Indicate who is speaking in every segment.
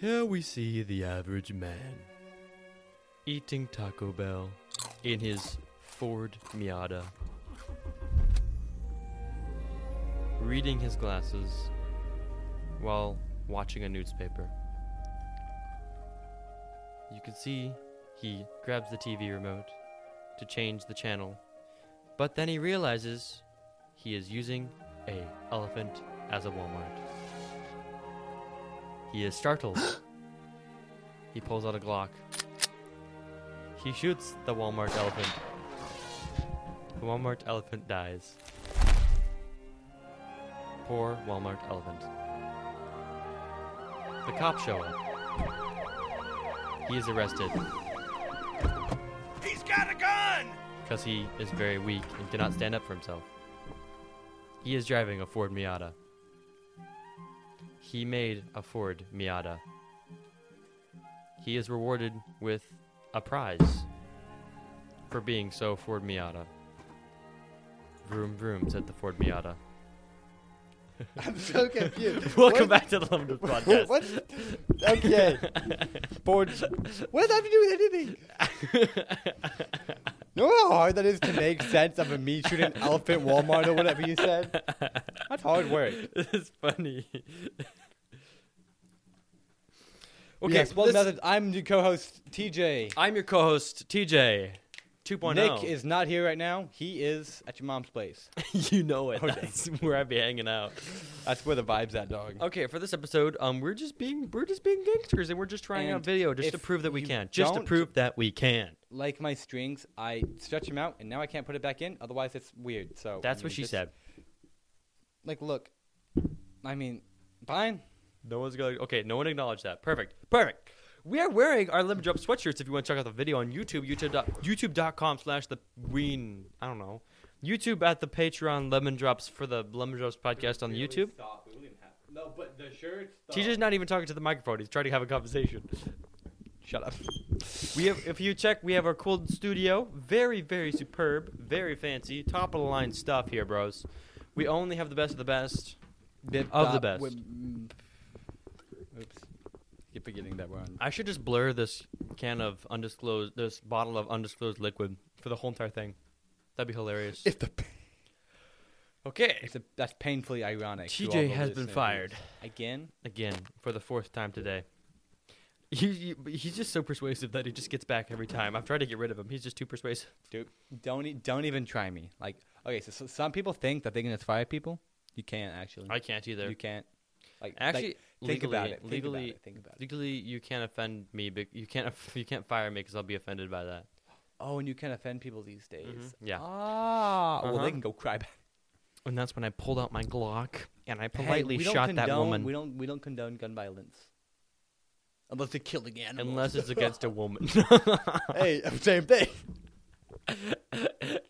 Speaker 1: Here we see the average man eating Taco Bell in his Ford Miata, reading his glasses while watching a newspaper. You can see he grabs the TV remote to change the channel, but then he realizes he is using a elephant as a Walmart. He is startled. he pulls out a Glock. He shoots the Walmart elephant. The Walmart elephant dies. Poor Walmart elephant. The cops show up. He is arrested
Speaker 2: He's got a gun!
Speaker 1: because he is very weak and cannot stand up for himself. He is driving a Ford Miata. He made a Ford Miata. He is rewarded with a prize for being so Ford Miata. Vroom vroom, said the Ford Miata.
Speaker 3: I'm so confused.
Speaker 1: Welcome
Speaker 3: What-
Speaker 1: back to the Limited Podcast.
Speaker 3: What? Okay. Ford. What does that have to do with anything? You know how hard that is to make sense of a me shooting an elephant Walmart or whatever you said? That's hard work.
Speaker 1: this is funny. okay,
Speaker 3: yes, well,
Speaker 1: this-
Speaker 3: nothing. I'm your co host, TJ.
Speaker 1: I'm your co-host TJ 2.0.
Speaker 3: Nick is not here right now. He is at your mom's place.
Speaker 1: you know it.
Speaker 3: Oh,
Speaker 1: That's where I'd be hanging out.
Speaker 3: That's where the vibe's at, dog.
Speaker 1: Okay, for this episode, um, we're just being we're just being gangsters, and we're just trying out
Speaker 3: And
Speaker 1: video just
Speaker 3: if
Speaker 1: to prove that we
Speaker 3: you
Speaker 1: can. Just to
Speaker 3: don't-
Speaker 1: prove that we can.
Speaker 3: Like my strings, I stretch them out, and now I can't put it back in. Otherwise, it's weird. So
Speaker 1: That's
Speaker 3: I
Speaker 1: what
Speaker 3: mean,
Speaker 1: she
Speaker 3: just-
Speaker 1: said.
Speaker 3: Like, look. I mean, fine.
Speaker 1: No one's going. Okay, no one acknowledged that. Perfect. Perfect. We are wearing our Lemon Drop sweatshirts. If you want to check out the video on YouTube, YouTube dot- youtube.com slash the ween. I don't know. YouTube at the Patreon Lemon Drops for the Lemon Drops podcast on YouTube.
Speaker 3: No, but the shirts.
Speaker 1: TJ's not even talking to the microphone. He's trying to have a conversation.
Speaker 3: Shut up.
Speaker 1: We have, if you check, we have our cool studio. Very, very superb. Very fancy. Top of the line stuff here, bros. We only have the best of the best.
Speaker 3: Bip,
Speaker 1: Of the
Speaker 3: bop,
Speaker 1: best.
Speaker 3: whim- Oops. Keep forgetting that we're on.
Speaker 1: I should just blur this can of undisclosed, this bottle of undisclosed liquid for the whole entire thing. That'd be hilarious.
Speaker 3: If the
Speaker 1: okay.
Speaker 3: it's a, that's painfully ironic. to
Speaker 1: TJ
Speaker 3: all the
Speaker 1: has been
Speaker 3: listeners.
Speaker 1: fired.
Speaker 3: again.
Speaker 1: Again, for the fourth time today. He, he, he's just so persuasive that he just gets back every time. I've tried to get rid of him. He's just too persuasive.
Speaker 3: Dude, don't e- don't even try me. Like, okay, so, so some people think that they can just fire people. You can't actually.
Speaker 1: I can't either.
Speaker 3: You can't. Like,
Speaker 1: Actually,
Speaker 3: like, think
Speaker 1: legally,
Speaker 3: about it. Think
Speaker 1: legally,
Speaker 3: about it. Think about it.
Speaker 1: legally, you can't offend me. But you can't. You can't fire me because I'll be offended by that.
Speaker 3: Oh, and you can offend people these days.
Speaker 1: Mhm, yeah.
Speaker 3: Ah, well,
Speaker 1: Uh-huh.
Speaker 3: they can go cry back.
Speaker 1: And that's when I pulled out my Glock and I
Speaker 3: Hey,
Speaker 1: politely
Speaker 3: we don't
Speaker 1: shot that
Speaker 3: condone-
Speaker 1: woman.
Speaker 3: We don't. We don't condone gun violence. Unless they're killing animals.
Speaker 1: Unless it's against a woman.
Speaker 3: hey, same thing.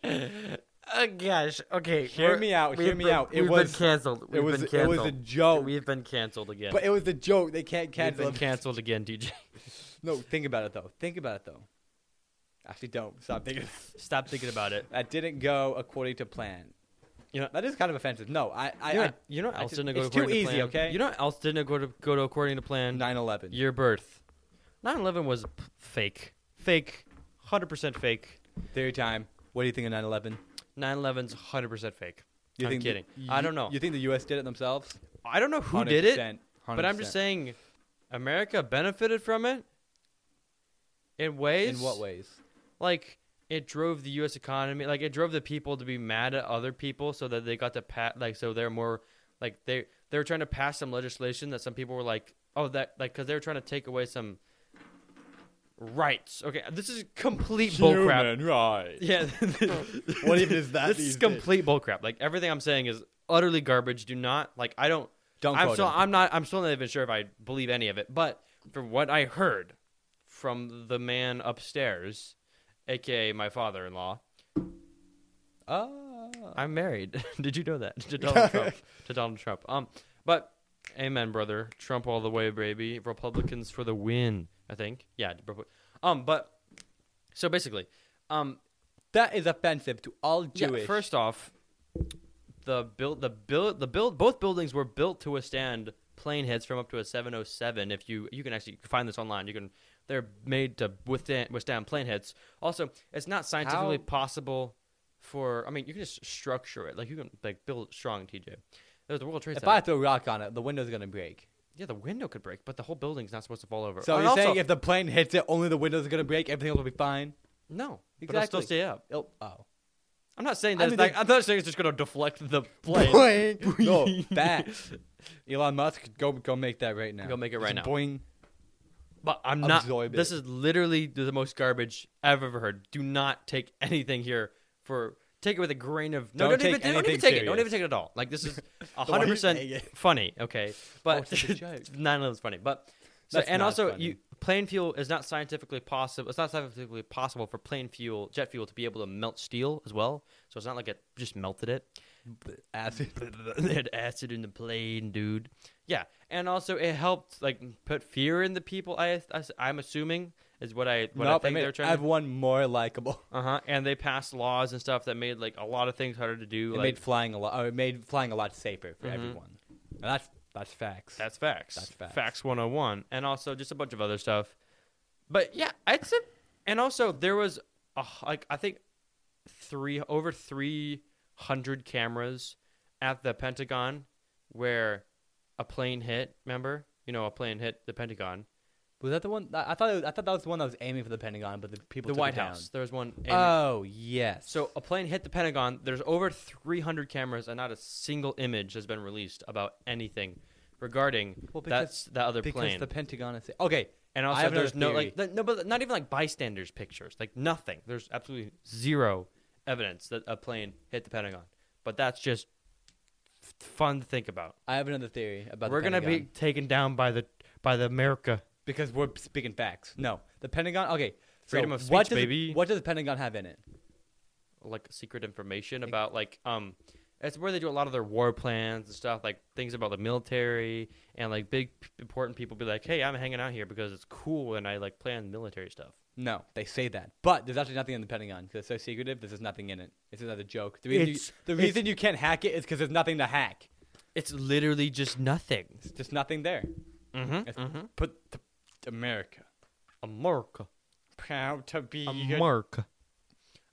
Speaker 1: oh gosh. Okay.
Speaker 3: Hear
Speaker 1: we're-
Speaker 3: me out,
Speaker 1: we've
Speaker 3: hear me
Speaker 1: been-
Speaker 3: out. It
Speaker 1: we've
Speaker 3: was-
Speaker 1: been canceled. We've
Speaker 3: it was
Speaker 1: been
Speaker 3: it was
Speaker 1: canceled.
Speaker 3: a joke,
Speaker 1: We've been canceled again.
Speaker 3: but it was a joke. They can't
Speaker 1: We've
Speaker 3: cancel.
Speaker 1: been
Speaker 3: it.
Speaker 1: canceled again, DJ.
Speaker 3: No, think about it though. Think about it though. Actually, don't stop thinking.
Speaker 1: Stop thinking about it.
Speaker 3: that didn't go according to plan.
Speaker 1: You know-
Speaker 3: that is kind of offensive. No, I, I,
Speaker 1: you know,
Speaker 3: I
Speaker 1: you know what
Speaker 3: I
Speaker 1: else
Speaker 3: just-
Speaker 1: didn't go
Speaker 3: it's too
Speaker 1: according to
Speaker 3: easy,
Speaker 1: plan?
Speaker 3: okay?
Speaker 1: You know what else didn't go to go to according to plan?
Speaker 3: 9/11.
Speaker 1: Your birth. 9/11 was p- fake. Fake. 100% fake.
Speaker 3: Theory time. What do you think of 9/11?
Speaker 1: 9/11's 100% fake.
Speaker 3: You
Speaker 1: I'm
Speaker 3: think the-
Speaker 1: kidding. I
Speaker 3: you-
Speaker 1: don't know.
Speaker 3: You think the U.S. did it themselves?
Speaker 1: I don't know who did it,
Speaker 3: 100%,
Speaker 1: but I'm just
Speaker 3: 100%.
Speaker 1: saying America benefited from it in ways
Speaker 3: In what ways?
Speaker 1: like it drove the US economy, like it drove the people to be mad at other people so that they got to pat like so they're more like they they were trying to pass some legislation that some people were like, "Oh, that like cuz they were trying to take away some rights." Okay, this is complete bullcrap.
Speaker 3: right.
Speaker 1: Yeah.
Speaker 3: What even is that
Speaker 1: This
Speaker 3: these
Speaker 1: is
Speaker 3: days?
Speaker 1: complete bullcrap. Like everything I'm saying is utterly garbage. Do not like. I don't.
Speaker 3: Don't
Speaker 1: I'm
Speaker 3: quote
Speaker 1: still.
Speaker 3: him.
Speaker 1: I'm not. I'm still not even sure if I believe any of it. But from what I heard from the man upstairs, aka my father-in-law,
Speaker 3: Oh.
Speaker 1: I'm married. Did you know that to Donald Trump? To Donald Trump. Um, but amen, brother. Trump all the way, baby. Republicans for the win. I think. Yeah. Repu- Um, but so basically, um,
Speaker 3: That is offensive to all
Speaker 1: Yeah,
Speaker 3: Jewish.
Speaker 1: first off, the build, the build, the build, both buildings were built to withstand plane hits from up to a 707. If you you can actually find this online, you can. They're made to withstand withstand plane hits. Also, it's not scientifically
Speaker 3: How-
Speaker 1: possible for. I mean, you can just structure it like you can like build it strong. TJ, it was the World Trade
Speaker 3: If
Speaker 1: Center.
Speaker 3: I throw a rock on it, the window's gonna break.
Speaker 1: yeah, the window could break, but the whole building's not supposed to fall over.
Speaker 3: So
Speaker 1: Oh, and
Speaker 3: you're
Speaker 1: also-
Speaker 3: saying if the plane hits it, only the window's gonna break. Everything else will be fine.
Speaker 1: no, but it'll still
Speaker 3: Exactly.
Speaker 1: stay up.
Speaker 3: Oh, oh.
Speaker 1: I'm not saying
Speaker 3: I
Speaker 1: that.
Speaker 3: mean,
Speaker 1: like,
Speaker 3: they-
Speaker 1: I'm not saying it's just gonna deflect the plane.
Speaker 3: Boing. no, that. Elon Musk, go go make that right now.
Speaker 1: Go make it right now.
Speaker 3: Just Boing.
Speaker 1: But I'm not.
Speaker 3: Absorb
Speaker 1: This
Speaker 3: it.
Speaker 1: is literally the most garbage I've ever heard. Do not take anything here for. Take it with a grain of. No,
Speaker 3: Don't
Speaker 1: don't, even,
Speaker 3: take
Speaker 1: don't even
Speaker 3: anything
Speaker 1: take it. Don't
Speaker 3: serious.
Speaker 1: even take it at all. Like this is
Speaker 3: Why are you
Speaker 1: 100
Speaker 3: saying
Speaker 1: percent
Speaker 3: it? Oh,
Speaker 1: funny. Okay, but
Speaker 3: it's just a joke.
Speaker 1: none of it's funny. But so,
Speaker 3: That's
Speaker 1: and
Speaker 3: not
Speaker 1: also
Speaker 3: funny.
Speaker 1: you plane fuel is not scientifically possible. It's not scientifically possible for plane fuel, jet fuel, to be able to melt steel as well. So it's not like it just melted it.
Speaker 3: Acid.
Speaker 1: they had acid in the plane, dude. Yeah, and also it helped like put fear in the people. I, I am assuming is what I what
Speaker 3: nope,
Speaker 1: I think
Speaker 3: made
Speaker 1: they're
Speaker 3: it
Speaker 1: trying. to
Speaker 3: everyone more likable.
Speaker 1: Uh huh. And they passed laws and stuff that made like a lot of things harder to do.
Speaker 3: It
Speaker 1: like
Speaker 3: made flying a lot. Or it made flying a lot safer for
Speaker 1: Mhm.
Speaker 3: everyone. And that's that's facts.
Speaker 1: that's facts.
Speaker 3: That's facts.
Speaker 1: Facts 101, and also just a bunch of other stuff. But yeah, it's a, and also there was a, h- like I think three over 300 cameras at the Pentagon where a plane hit. Remember, you know, a plane hit the Pentagon.
Speaker 3: was that the one? I I thought it was, I thought that was the one that was aiming for the Pentagon, but the people
Speaker 1: the
Speaker 3: took it
Speaker 1: White
Speaker 3: down.
Speaker 1: House. There was one. aiming-
Speaker 3: Oh yes.
Speaker 1: so a plane hit the Pentagon. There's over 300 cameras, and not a single image has been released about anything regarding
Speaker 3: Well, because-
Speaker 1: that's that other
Speaker 3: because
Speaker 1: plane.
Speaker 3: the Pentagon is okay.
Speaker 1: and
Speaker 3: I
Speaker 1: also,
Speaker 3: have
Speaker 1: there's no
Speaker 3: another
Speaker 1: like th- no, but not even like bystanders pictures. Like nothing. There's absolutely zero evidence that a plane hit the Pentagon. But that's just f- fun to think about.
Speaker 3: I have another theory about.
Speaker 1: We're
Speaker 3: the
Speaker 1: gonna be
Speaker 3: Pentagon.
Speaker 1: taken down by the by the America.
Speaker 3: because we're speaking facts. No, the Pentagon. Okay, so
Speaker 1: Freedom of
Speaker 3: what
Speaker 1: speech,
Speaker 3: does,
Speaker 1: baby.
Speaker 3: What does the Pentagon have in it?
Speaker 1: like secret information about like um it's where they do a lot of their war plans and stuff like things about the military and like big p- important people be like hey i'm hanging out here because it's cool and i like plan military stuff
Speaker 3: No, they say that, but there's actually nothing in the Pentagon because it's so secretive. There's just nothing in it. It's another joke. The reason, you,
Speaker 1: It's-
Speaker 3: the
Speaker 1: it's-
Speaker 3: reason you can't hack it is because there's nothing to hack.
Speaker 1: it's literally just nothing
Speaker 3: It's just nothing there.
Speaker 1: mm-hmm,
Speaker 3: It's Put the, America
Speaker 1: america
Speaker 3: proud to be
Speaker 1: america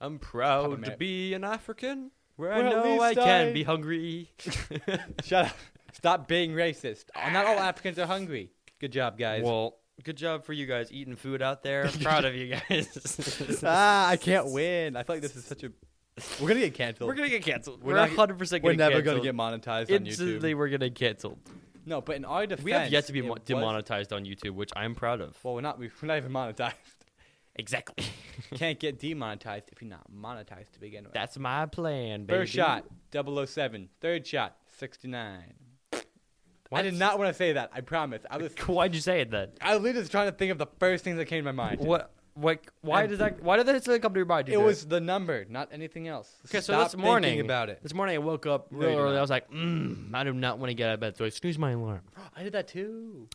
Speaker 1: i'm proud to
Speaker 3: Ameri-
Speaker 1: be an african where
Speaker 3: Well,
Speaker 1: i
Speaker 3: at
Speaker 1: know i
Speaker 3: least
Speaker 1: can
Speaker 3: I-
Speaker 1: be hungry
Speaker 3: Shut up. Stop being racist. Oh, Not all Africans are hungry. Good job, guys.
Speaker 1: well good job for you guys eating food out there i'm proud of you guys
Speaker 3: ah, I can't win. I feel like this is such a. We're gonna get canceled.
Speaker 1: we're gonna get canceled
Speaker 3: We're
Speaker 1: we're,
Speaker 3: not-
Speaker 1: 100% gonna
Speaker 3: We're never
Speaker 1: canceled.
Speaker 3: gonna get monetized on YouTube.
Speaker 1: instantly we're getting canceled
Speaker 3: No, but in our defense,
Speaker 1: We have yet to be
Speaker 3: it
Speaker 1: mo-
Speaker 3: was-
Speaker 1: demonetized on YouTube, which I'm proud of.
Speaker 3: Well, we're not. We're not even monetized.
Speaker 1: Exactly.
Speaker 3: Can't get demonetized if you're not monetized to begin with.
Speaker 1: That's my plan, baby.
Speaker 3: First shot, 007. Third shot, 69. I
Speaker 1: What?
Speaker 3: did not want to say that. I promise. I was.
Speaker 1: Why'd you say it then?
Speaker 3: I literally was trying to think of the first things that came to my mind.
Speaker 1: What? What? Why
Speaker 3: And-
Speaker 1: does that? Why did that suddenly come to your mind?
Speaker 3: It
Speaker 1: dude?
Speaker 3: was the number, not anything else.
Speaker 1: okay. So
Speaker 3: Stop
Speaker 1: this morning,
Speaker 3: thinking about it.
Speaker 1: This morning, I woke up
Speaker 3: No,
Speaker 1: real
Speaker 3: you do
Speaker 1: early.
Speaker 3: not.
Speaker 1: I was like, mm, I do not want to get out of bed, so I snoozed my alarm.
Speaker 3: I did that too.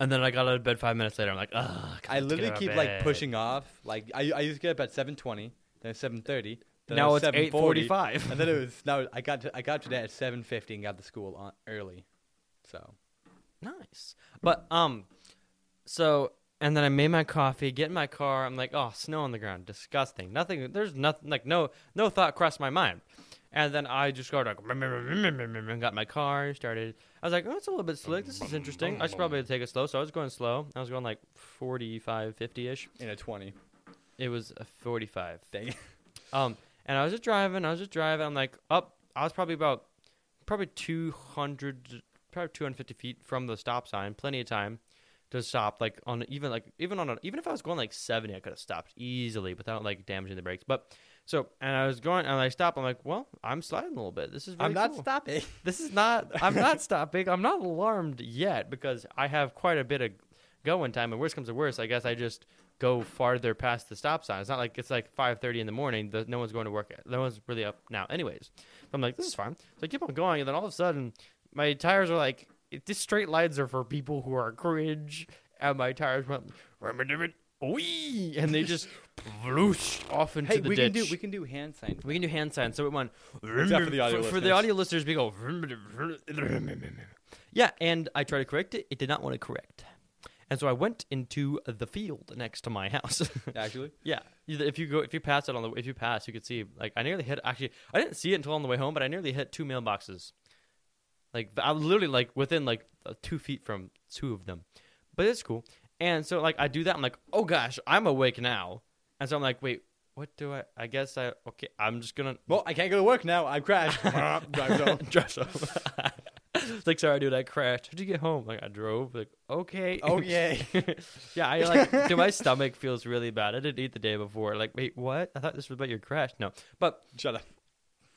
Speaker 1: And then I got out of bed five minutes later. I'm like, ugh.
Speaker 3: I
Speaker 1: have to get
Speaker 3: literally
Speaker 1: out of
Speaker 3: keep like
Speaker 1: bed."
Speaker 3: pushing off. Like I, I used to get up at 7:20, then 7:30. Then
Speaker 1: Now
Speaker 3: it
Speaker 1: it's
Speaker 3: was 7:40,
Speaker 1: 8:45.
Speaker 3: and then it was now I got to, I got today at 7:50 and got to school on early. So
Speaker 1: Nice. But um so and then I made my coffee, get in my car, I'm like, oh, snow on the ground, disgusting. Nothing there's nothing like no no thought crossed my mind. And then I just got like and got in my car, started I was like, oh, it's a little bit slick. This is interesting. I should probably take it slow. So I was going slow. I was going like 45, 50-ish.
Speaker 3: in a 20
Speaker 1: It was a 45.
Speaker 3: thing.
Speaker 1: Um, and I was just driving. I was just driving. I'm like up. I was probably about probably 200, probably 250 feet from the stop sign. Plenty of time to stop. Like on even like even on a, even if I was going like 70, I could have stopped easily without like damaging the brakes. But so and I was going and I stopped. I'm like, well, I'm sliding a little bit. This is very
Speaker 3: I'm not
Speaker 1: cool.
Speaker 3: stopping.
Speaker 1: This is not. I'm not stopping. I'm not alarmed yet because I have quite a bit of going time. And worst comes to worst, I guess I just go farther past the stop sign. It's not like it's like 5:30 in the morning. The, no one's going to work. yet. No one's really up now. Anyways, so I'm like, this is fine. So I keep on going, and then all of a sudden, my tires are like, these straight lines are for people who are cringe, and my tires went, "Rum-a-dum-it, wee," and they just whoosh off into
Speaker 3: Hey,
Speaker 1: the
Speaker 3: we
Speaker 1: ditch.
Speaker 3: can do we can do hand sign.
Speaker 1: We can do hand signs. So it went
Speaker 3: Except for the audio
Speaker 1: for, for
Speaker 3: listeners.
Speaker 1: the audio listeners. We go. Yeah, and I tried to correct it. It did not want to correct, and so I went into the field next to my house.
Speaker 3: Actually,
Speaker 1: yeah, if you go, if you pass it on the, if you pass, you could see. Like I nearly hit. Actually, I didn't see it until on the way home, but I nearly hit two mailboxes. Like I was literally like within like uh, two feet from two of them, but it's cool. And so like I do that, I'm like, oh gosh, I'm awake now. And so I'm like, wait, what do I? I guess I okay. I'm just gonna
Speaker 3: well, I can't go to work now. I've crashed. Drive home.
Speaker 1: dress up. It's like, sorry, dude, I crashed. How'd you get home? Like, I drove. Like, okay.
Speaker 3: Oh, Okay.
Speaker 1: yeah, I like, dude, my stomach feels really bad. I didn't eat the day before. Like, wait, what? I thought this was about your crash. No. But,
Speaker 3: Shut up.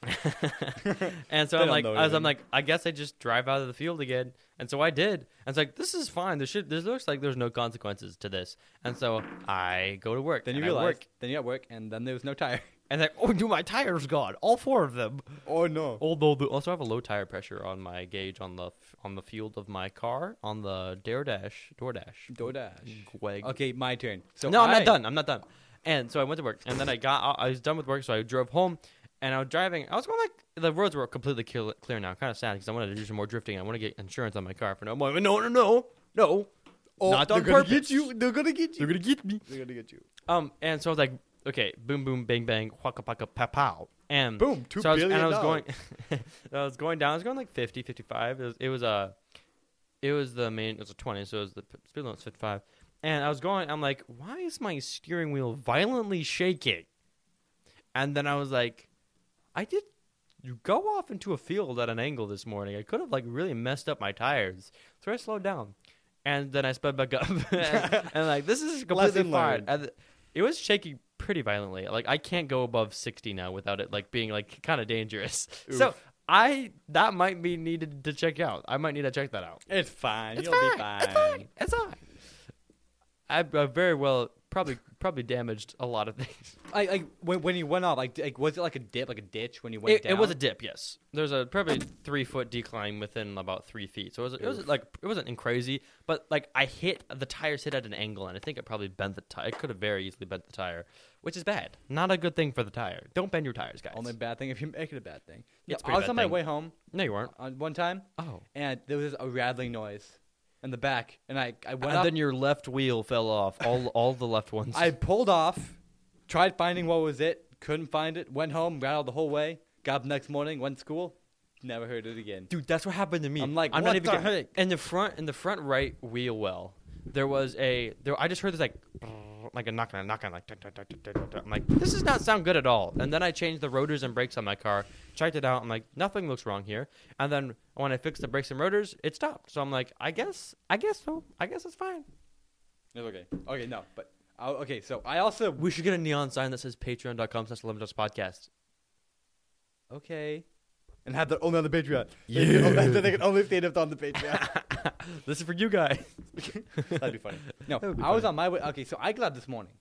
Speaker 1: and so
Speaker 3: They
Speaker 1: I'm
Speaker 3: don't
Speaker 1: like,
Speaker 3: know
Speaker 1: as I'm
Speaker 3: anything.
Speaker 1: like, I guess I just drive out of the field again. And so I did. And it's like, this is fine. There should, there looks like there's no consequences to this. And so I go to work.
Speaker 3: Then you
Speaker 1: and I
Speaker 3: realize.
Speaker 1: work.
Speaker 3: Then you got work, and then there was no tire.
Speaker 1: And like, oh, dude, my tire's gone. All four of them.
Speaker 3: Oh no.
Speaker 1: Although the, also I have a low tire pressure on my gauge on the on the field of my car on the Dare Dash Door Dash.
Speaker 3: DoorDash.
Speaker 1: Gweg.
Speaker 3: Okay, my turn. So
Speaker 1: no, I'm
Speaker 3: I-
Speaker 1: not done. I'm not done. And so I went to work, and then I got I was done with work, so I drove home, and I was driving. I was going like the roads were completely clear, clear now. Kind of sad because I wanted to do some more drifting. I want to get insurance on my car for no money. No, no, no, no.
Speaker 3: Oh,
Speaker 1: not
Speaker 3: they're
Speaker 1: on
Speaker 3: gonna
Speaker 1: purpose.
Speaker 3: Get you. They're gonna get you.
Speaker 1: gonna get me.
Speaker 3: They're gonna get you.
Speaker 1: Um, and so I was like, okay, boom, boom, bang, bang, waka, paka, pa, pow, and
Speaker 3: Boom, two
Speaker 1: so I was, and I
Speaker 3: billion
Speaker 1: was
Speaker 3: dollars.
Speaker 1: going, I was going down. I was going like 50, 55. It was, it was uh, it was the main. It was a twenty, so it was the p- speed limit was fifty five. And I was going. I'm like, why is my steering wheel violently shaking? And then I was like, I did. You go off into a field at an angle this morning. I could have like really messed up my tires. So I slowed down, and then I sped back up. and, like this is completely
Speaker 3: Lesson
Speaker 1: fine.
Speaker 3: learned.
Speaker 1: And th- it was shaking pretty violently. Like I can't go above sixty now without it like being like kind of dangerous. So
Speaker 3: Oof.
Speaker 1: I that might be needed to check out. I might need to check that out.
Speaker 3: It's fine.
Speaker 1: It's
Speaker 3: You'll
Speaker 1: fine.
Speaker 3: be fine.
Speaker 1: It's fine. It's fine. I, I very well probably probably damaged a lot of things.
Speaker 3: Like, like when when you went off, like, like was it like a dip, like a ditch when you went
Speaker 1: It,
Speaker 3: down?
Speaker 1: it was a dip, yes. There's a probably three foot decline within about three feet, so it was it was like it wasn't in crazy, but like I hit the tires hit at an angle, and I think it probably bent the tire. It could have very easily bent the tire, which is bad. Not a good thing for the tire. Don't bend your tires, guys.
Speaker 3: only bad thing if you make it a bad thing.
Speaker 1: It's
Speaker 3: No,
Speaker 1: pretty
Speaker 3: I was
Speaker 1: bad
Speaker 3: on my
Speaker 1: thing.
Speaker 3: way home
Speaker 1: no, you weren't.
Speaker 3: on one time,
Speaker 1: Oh,
Speaker 3: and there was a rattling noise in the back, and I I went
Speaker 1: and
Speaker 3: up,
Speaker 1: then your left wheel fell off. All all the left ones.
Speaker 3: I pulled off, tried finding what was it, couldn't find it, went home, rattled the whole way, got up next morning, went to school, never heard it again.
Speaker 1: dude that's what happened to me
Speaker 3: I'm like,
Speaker 1: not
Speaker 3: what the
Speaker 1: kidding.
Speaker 3: heck?
Speaker 1: in the front in the front right wheel well there was a there i just heard this like like a knock on a knock on like dun, dun, dun, dun, dun, dun. i'm like this does not sound good at all and then i changed the rotors and brakes on my car checked it out i'm like nothing looks wrong here and then when i fixed the brakes and rotors it stopped so i'm like i guess i guess so i guess it's fine
Speaker 3: It's okay. Okay, no, but I, okay. So I also
Speaker 1: we should get a neon sign that says patreon.com slash lemon podcast
Speaker 3: okay, and have their only on the Patreon. They can only-
Speaker 1: Yeah.
Speaker 3: they can only stay up on the Patreon.
Speaker 1: this is for you guys
Speaker 3: That'd be funny. No,
Speaker 1: That would be
Speaker 3: I was
Speaker 1: funny.
Speaker 3: on my way. Okay, so I got up this morning,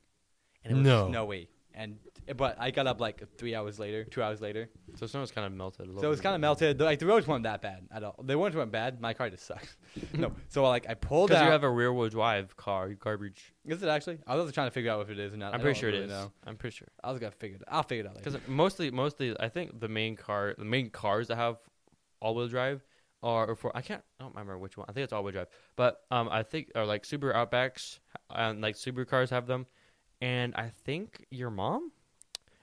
Speaker 3: and it was
Speaker 1: No.
Speaker 3: snowy, and but I got up like three hours later, two hours later.
Speaker 1: so snow was kind of melted a little
Speaker 3: So it was
Speaker 1: bit.
Speaker 3: kind of melted. Like the roads weren't that bad at all. They weren't weren't bad. My car just sucks. no, so like I pulled
Speaker 1: because
Speaker 3: out.
Speaker 1: you have a rear wheel drive car you garbage
Speaker 3: is it actually? I was trying to figure out if it is or not.
Speaker 1: I'm
Speaker 3: I
Speaker 1: pretty
Speaker 3: don't
Speaker 1: sure it
Speaker 3: really
Speaker 1: is.
Speaker 3: know.
Speaker 1: I'm pretty sure
Speaker 3: I was gonna figure it. I'll figure it out.
Speaker 1: because
Speaker 3: Later.
Speaker 1: mostly, mostly, I think the main car, the main cars that have all-wheel drive are or for I can't, I don't remember which one. I think it's all-wheel drive, but um, I think are like Subaru Outbacks and like Subaru cars have them, and I think your mom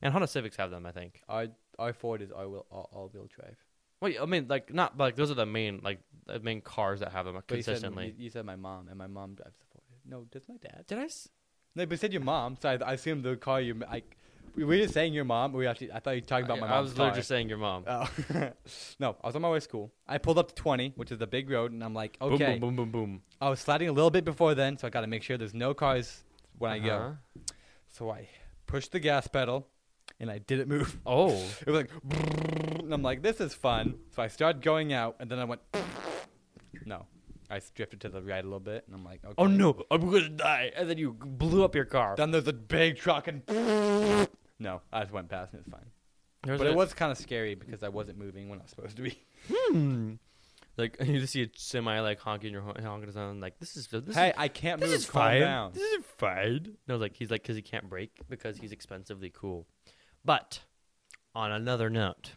Speaker 1: and Honda Civics have them. I think.
Speaker 3: Our our Ford is all wheel all, all wheel drive.
Speaker 1: Wait, I mean, like not but, like those are the main like the main cars that have them
Speaker 3: But you said-
Speaker 1: consistently.
Speaker 3: you, you said my mom, and my mom drives the Ford. No, does my dad?
Speaker 1: Did I? s-
Speaker 3: No, but you said your mom, so I, I assumed the car you like. We were just saying your mom. We actually, I thought you were talking about my
Speaker 1: I-
Speaker 3: mom.
Speaker 1: I was literally just saying your mom.
Speaker 3: Oh. no, I was on my way to school. I pulled up to 20, which is the big road, and I'm like, okay.
Speaker 1: Boom, boom, boom, boom,
Speaker 3: I was sliding a little bit before then, so I got to make sure there's no cars when I go.
Speaker 1: Uh-huh.
Speaker 3: So I pushed the gas pedal, and I didn't move.
Speaker 1: Oh,
Speaker 3: It was like, and I'm like, this is fun. So I started going out, and then I went, no. I drifted to the right a little bit, and I'm like, okay.
Speaker 1: oh no, I'm gonna die, and then you blew up your car.
Speaker 3: Then there's a big truck, and no, I just went past, and it's fine.
Speaker 1: There's
Speaker 3: But
Speaker 1: a-
Speaker 3: it was kind of scary because I wasn't moving when I was supposed to be.
Speaker 1: Hmm. Like you just see a semi like honking your hon- honking his own. Like this is this
Speaker 3: hey,
Speaker 1: is,
Speaker 3: I can't
Speaker 1: this
Speaker 3: move.
Speaker 1: is
Speaker 3: Calm
Speaker 1: fine.
Speaker 3: down.
Speaker 1: This is fine. No, like he's like because he can't break because he's expensively cool. But on another note,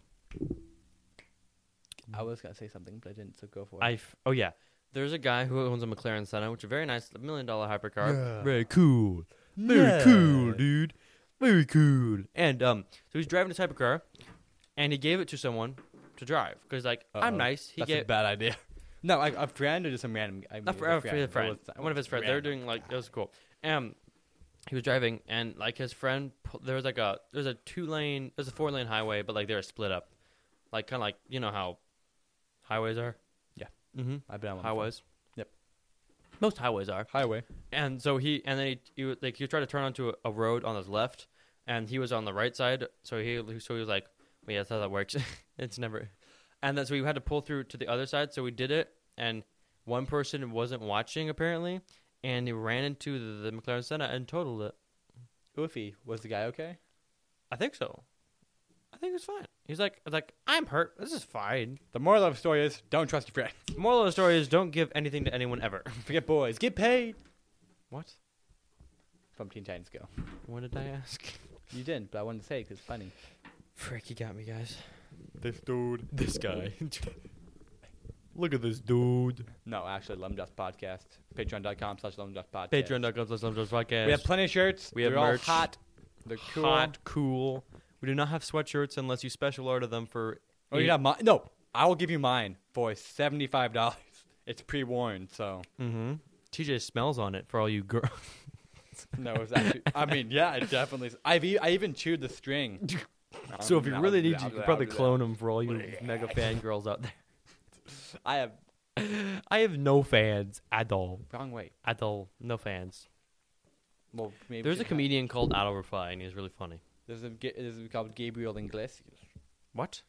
Speaker 3: I was gonna say something, but Mm. I didn't. So go for
Speaker 1: I f- oh yeah, there's a guy who owns a McLaren Senna, which is a very nice million dollar hypercar.
Speaker 3: Yeah.
Speaker 1: Very cool, very cool, dude, very cool. And um, so he's driving this hypercar, and he gave it to someone to drive because like I'm
Speaker 3: Uh-oh.
Speaker 1: nice. He
Speaker 3: That's
Speaker 1: gave
Speaker 3: a bad idea. No, I, I've friend or just some random. I mean,
Speaker 1: Not for,
Speaker 3: a
Speaker 1: uh, for his
Speaker 3: friend.
Speaker 1: friend.
Speaker 3: It was-
Speaker 1: One of his friends. They were doing like it was cool. Um, he was driving and like his friend, pu- there was like a there's a two lane, there's a four lane highway, but like they're split up, like kind of like you know how highways are.
Speaker 3: Yeah.
Speaker 1: Mm-hmm.
Speaker 3: I've been on one
Speaker 1: Highways.
Speaker 3: Yep.
Speaker 1: Most highways are.
Speaker 3: before. Highway.
Speaker 1: And so he and then he, he was, like he tried to turn onto a, a road on his left, and he was on the right side. So he so he was like, well, "Yeah, that's how that works." it's never, and then so we had to pull through to the other side. So we did it, and one person wasn't watching apparently, and he ran into the, the McLaren Senna and totaled it.
Speaker 3: Oofy, was the guy okay?
Speaker 1: I think so. I think it's fine. He's like like I'm hurt. This is fine.
Speaker 3: The moral of the story is don't trust your friend.
Speaker 1: Moral of the story is don't give anything to anyone ever.
Speaker 3: Forget boys, get paid.
Speaker 1: what?
Speaker 3: From Teen Titans Go.
Speaker 1: What did I ask?
Speaker 3: You didn't, but I wanted to say because it's funny.
Speaker 1: Frick, you got me, guys.
Speaker 3: This dude.
Speaker 1: This guy. Look at this dude.
Speaker 3: No, actually, Lum Dust Podcast. Patreon.com slash Lum Dust Podcast.
Speaker 1: Patreon.com slash Love Jobs Podcast.
Speaker 3: We have plenty of shirts.
Speaker 1: We have
Speaker 3: They're all
Speaker 1: merch.
Speaker 3: hot. They're cool.
Speaker 1: hot, cool. We do not have sweatshirts unless you special order them for.
Speaker 3: Oh, you got mine? No, I will give you mine for $75. It's pre worn, so.
Speaker 1: Mm-hmm. TJ smells on it for all you girls.
Speaker 3: No, it's actually. I mean, yeah, it definitely. is. I've e- I even chewed the string.
Speaker 1: so if you really need you, you could probably clone them for all you mega fan girls out there.
Speaker 3: I have
Speaker 1: I have no fans at all.
Speaker 3: wrong way.
Speaker 1: At all. No fans.
Speaker 3: Well, maybe
Speaker 1: There's a
Speaker 3: it's not.
Speaker 1: comedian called Adol Refai, and he's really funny.
Speaker 3: There's a Ga- there's a called Gabriel Iglesias.
Speaker 1: What?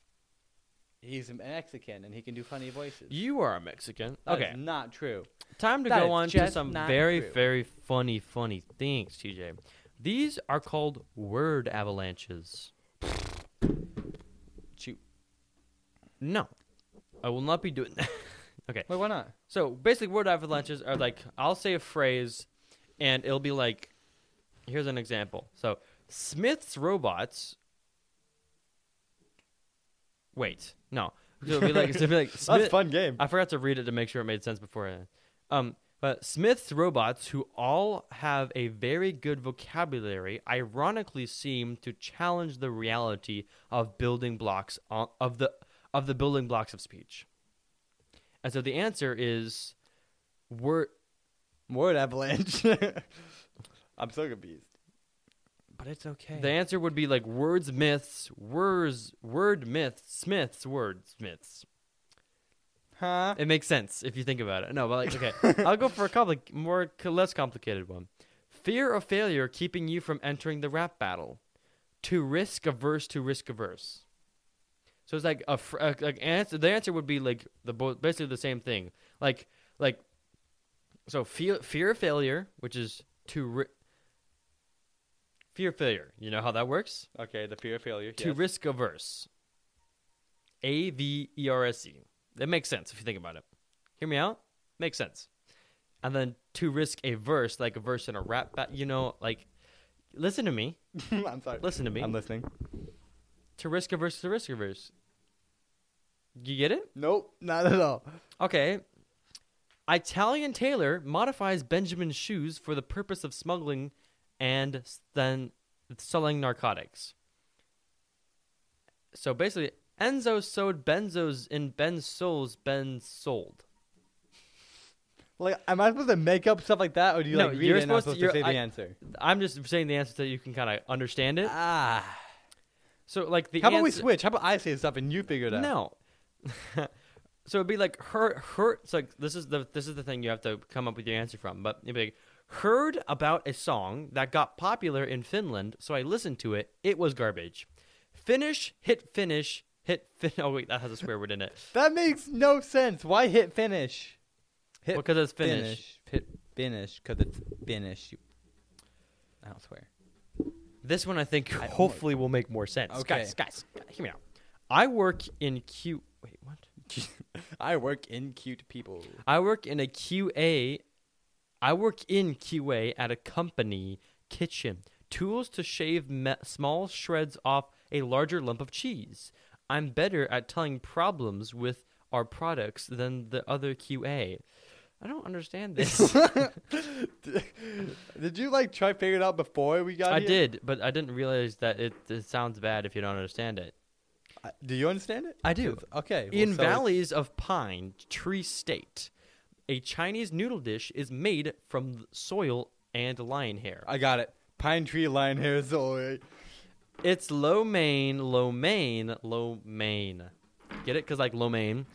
Speaker 3: He's a Mexican and he can do funny voices.
Speaker 1: You are a Mexican.
Speaker 3: That
Speaker 1: okay.
Speaker 3: is not true.
Speaker 1: Time to
Speaker 3: That
Speaker 1: go
Speaker 3: is
Speaker 1: on to
Speaker 3: just
Speaker 1: some
Speaker 3: not
Speaker 1: very,
Speaker 3: true.
Speaker 1: very funny, funny things, TJ. These are called word avalanches.
Speaker 3: Chew.
Speaker 1: No, I will not be doing that. okay.
Speaker 3: Wait, why not?
Speaker 1: So basically, word avalanches are like I'll say a phrase, and it'll be like, here's an example. So Smith's robots. Wait, no. So it'll be like, it'll be like Smith,
Speaker 3: fun game.
Speaker 1: I forgot to read it to make sure it made sense before. I, um, but Smith's robots, who all have a very good vocabulary, ironically seem to challenge the reality of building blocks on, of the of the building blocks of speech. And so the answer is word,
Speaker 3: Word avalanche. I'm so confused. But it's okay.
Speaker 1: The answer would be like words, myths, words, word myths, smiths, words, myths.
Speaker 3: huh?
Speaker 1: It makes sense if you think about it. No, but like, okay, I'll go for a compli- more co- less complicated one. Fear of failure keeping you from entering the rap battle. To risk averse to risk averse. So it's like a fr- a- like answer. The answer would be like the bo- basically the same thing. Like like so fear fear of failure, which is to ri- fear of failure. You know how that works.
Speaker 3: Okay, the fear of failure.
Speaker 1: To
Speaker 3: yes.
Speaker 1: risk averse. A V E R S E. That makes sense if you think about it. Hear me out? Makes sense. And then to risk a verse, like a verse in a rap bat, you know, like, listen to me.
Speaker 3: I'm sorry.
Speaker 1: Listen to me.
Speaker 3: I'm listening.
Speaker 1: to risk averse to risk averse. You get it?
Speaker 3: Nope, not at all.
Speaker 1: Okay. Italian tailor modifies Benjamin's shoes for the purpose of smuggling and s- then selling narcotics. So basically, Enzo sewed benzos in Ben's soles, Ben sold.
Speaker 3: Like, am I supposed to make up stuff like that, or do you
Speaker 1: No,
Speaker 3: like read
Speaker 1: you're
Speaker 3: it and I'm
Speaker 1: supposed
Speaker 3: supposed
Speaker 1: to-
Speaker 3: to,
Speaker 1: you're-
Speaker 3: say the
Speaker 1: I-
Speaker 3: answer?
Speaker 1: I'm just saying the answer so you can kind of understand it.
Speaker 3: Ah.
Speaker 1: So, like, the
Speaker 3: How about we
Speaker 1: answer-
Speaker 3: switch? How about I say stuff and you figure it out?
Speaker 1: No. so it'd be like heard heard. It's like this is the this is the thing you have to come up with your answer from. But it'd be like, heard about a song that got popular in Finland, so I listened to it. It was garbage. Finish hit finish hit fin. Oh wait, that has a swear word in it.
Speaker 3: That makes no sense. Why hit finish? Hit
Speaker 1: Because it's Finnish.
Speaker 3: Hit finish because it's finish. You- I don't swear.
Speaker 1: This one I think
Speaker 3: I-
Speaker 1: hopefully will make more sense.
Speaker 3: Okay.
Speaker 1: Guys, guys, guys, hear me out. I work in Q. Wait, what?
Speaker 3: I work in cute people.
Speaker 1: I work in a QA. I work in QA at a company kitchen. Tools to shave me- small shreds off a larger lump of cheese. I'm better at telling problems with our products than the other QA. I don't understand this.
Speaker 3: Did you like try figure it out before we got
Speaker 1: I
Speaker 3: here?
Speaker 1: did, but I didn't realize that it, it sounds bad if you don't understand it.
Speaker 3: I- Do you understand it?
Speaker 1: I do.
Speaker 3: Okay. well,
Speaker 1: In
Speaker 3: so-
Speaker 1: valleys of pine tree state, a Chinese noodle dish is made from soil and lion hair.
Speaker 3: I got it. Pine tree line hair is alright.
Speaker 1: It's lo mein, lo mein, lo mein. Get it? Because like lo mein.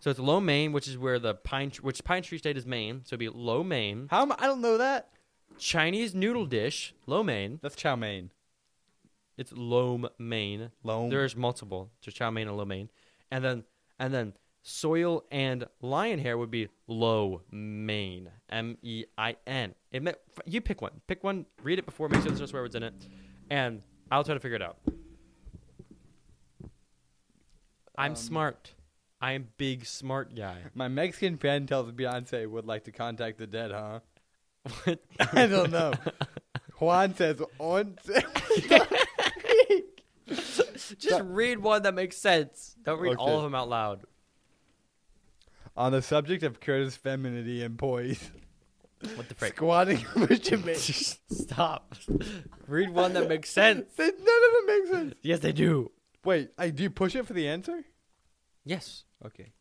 Speaker 1: So it's lo mein, which is where the pine, tr- which pine tree state is Maine. So it'd be lo mein,
Speaker 3: How am I don't know that.
Speaker 1: Chinese noodle dish, lo mein.
Speaker 3: That's chow mein.
Speaker 1: It's lo mein.
Speaker 3: Loam.
Speaker 1: There's multiple. So chow mein and lo mein, and then and then soil and lion hair would be lo mein, m e i n. It meant you pick one. Pick one. Read it before. Make sure there's no swear words in it, and I'll try to figure it out. I'm
Speaker 3: Um,
Speaker 1: smart. I'm big smart guy.
Speaker 3: My Mexican friend tells Beyonce would like to contact the dead, huh?
Speaker 1: What?
Speaker 3: I don't know. Juan says on.
Speaker 1: Just read one that makes sense. Don't read all
Speaker 3: Okay.
Speaker 1: of them out loud.
Speaker 3: On the subject of Curtis' femininity and poise,
Speaker 1: What the frick?
Speaker 3: squatting over Jamaica.
Speaker 1: Stop. read one that makes sense.
Speaker 3: None of it makes sense.
Speaker 1: Yes, they do.
Speaker 3: Wait, I, do you push it for the answer?
Speaker 1: Yes.
Speaker 3: Okay.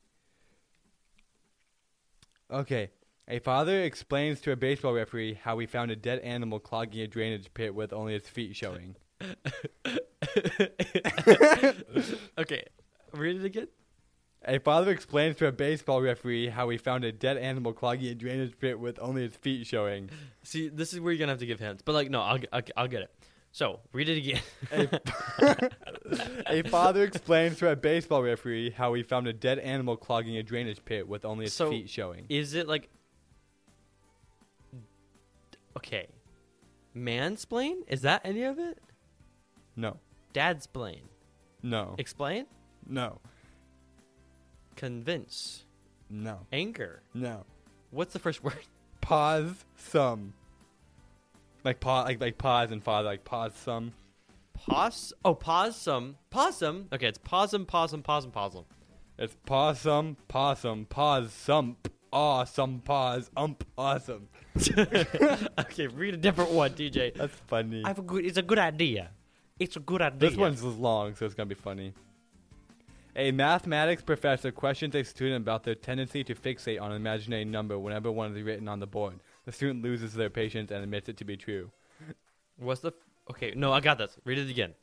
Speaker 3: Okay. A father explains to a baseball referee how he found a dead animal clogging a drainage pit with only its feet showing.
Speaker 1: Okay. Read it again.
Speaker 3: A father explains to a baseball referee how he found a dead animal clogging a drainage pit with only its feet showing.
Speaker 1: See, this is where you're gonna have to give hints. But like, no, I'll g- I'll, I'll get it. So read it again.
Speaker 3: A, a father explains to a baseball referee how he found a dead animal clogging a drainage pit with only its
Speaker 1: So-
Speaker 3: feet showing.
Speaker 1: is it like? Okay. Mansplain? Is that any of it?
Speaker 3: No,
Speaker 1: Dadsplain. Oh.
Speaker 3: no,
Speaker 1: Explain.
Speaker 3: no,
Speaker 1: Convince.
Speaker 3: no,
Speaker 1: Anger.
Speaker 3: no.
Speaker 1: What's the first word?
Speaker 3: Pause some. Like pause, like like pause and father, like pause some.
Speaker 1: Pos. Oh, possum. Possum. Okay, it's possum, possum, possum, possum.
Speaker 3: It's pause some, pause some, pause some, awesome, pause, ump, awesome.
Speaker 1: okay, read a different one, DJ.
Speaker 3: That's funny.
Speaker 1: I have a good. It's a good idea. It's a good idea.
Speaker 3: This one's long, so it's gonna be funny. A mathematics professor questions a student about their tendency to fixate on an imaginary number whenever one is written on the board. The student loses their patience and admits it to be true.
Speaker 1: What's the? F- okay, no, I got this. Read it again.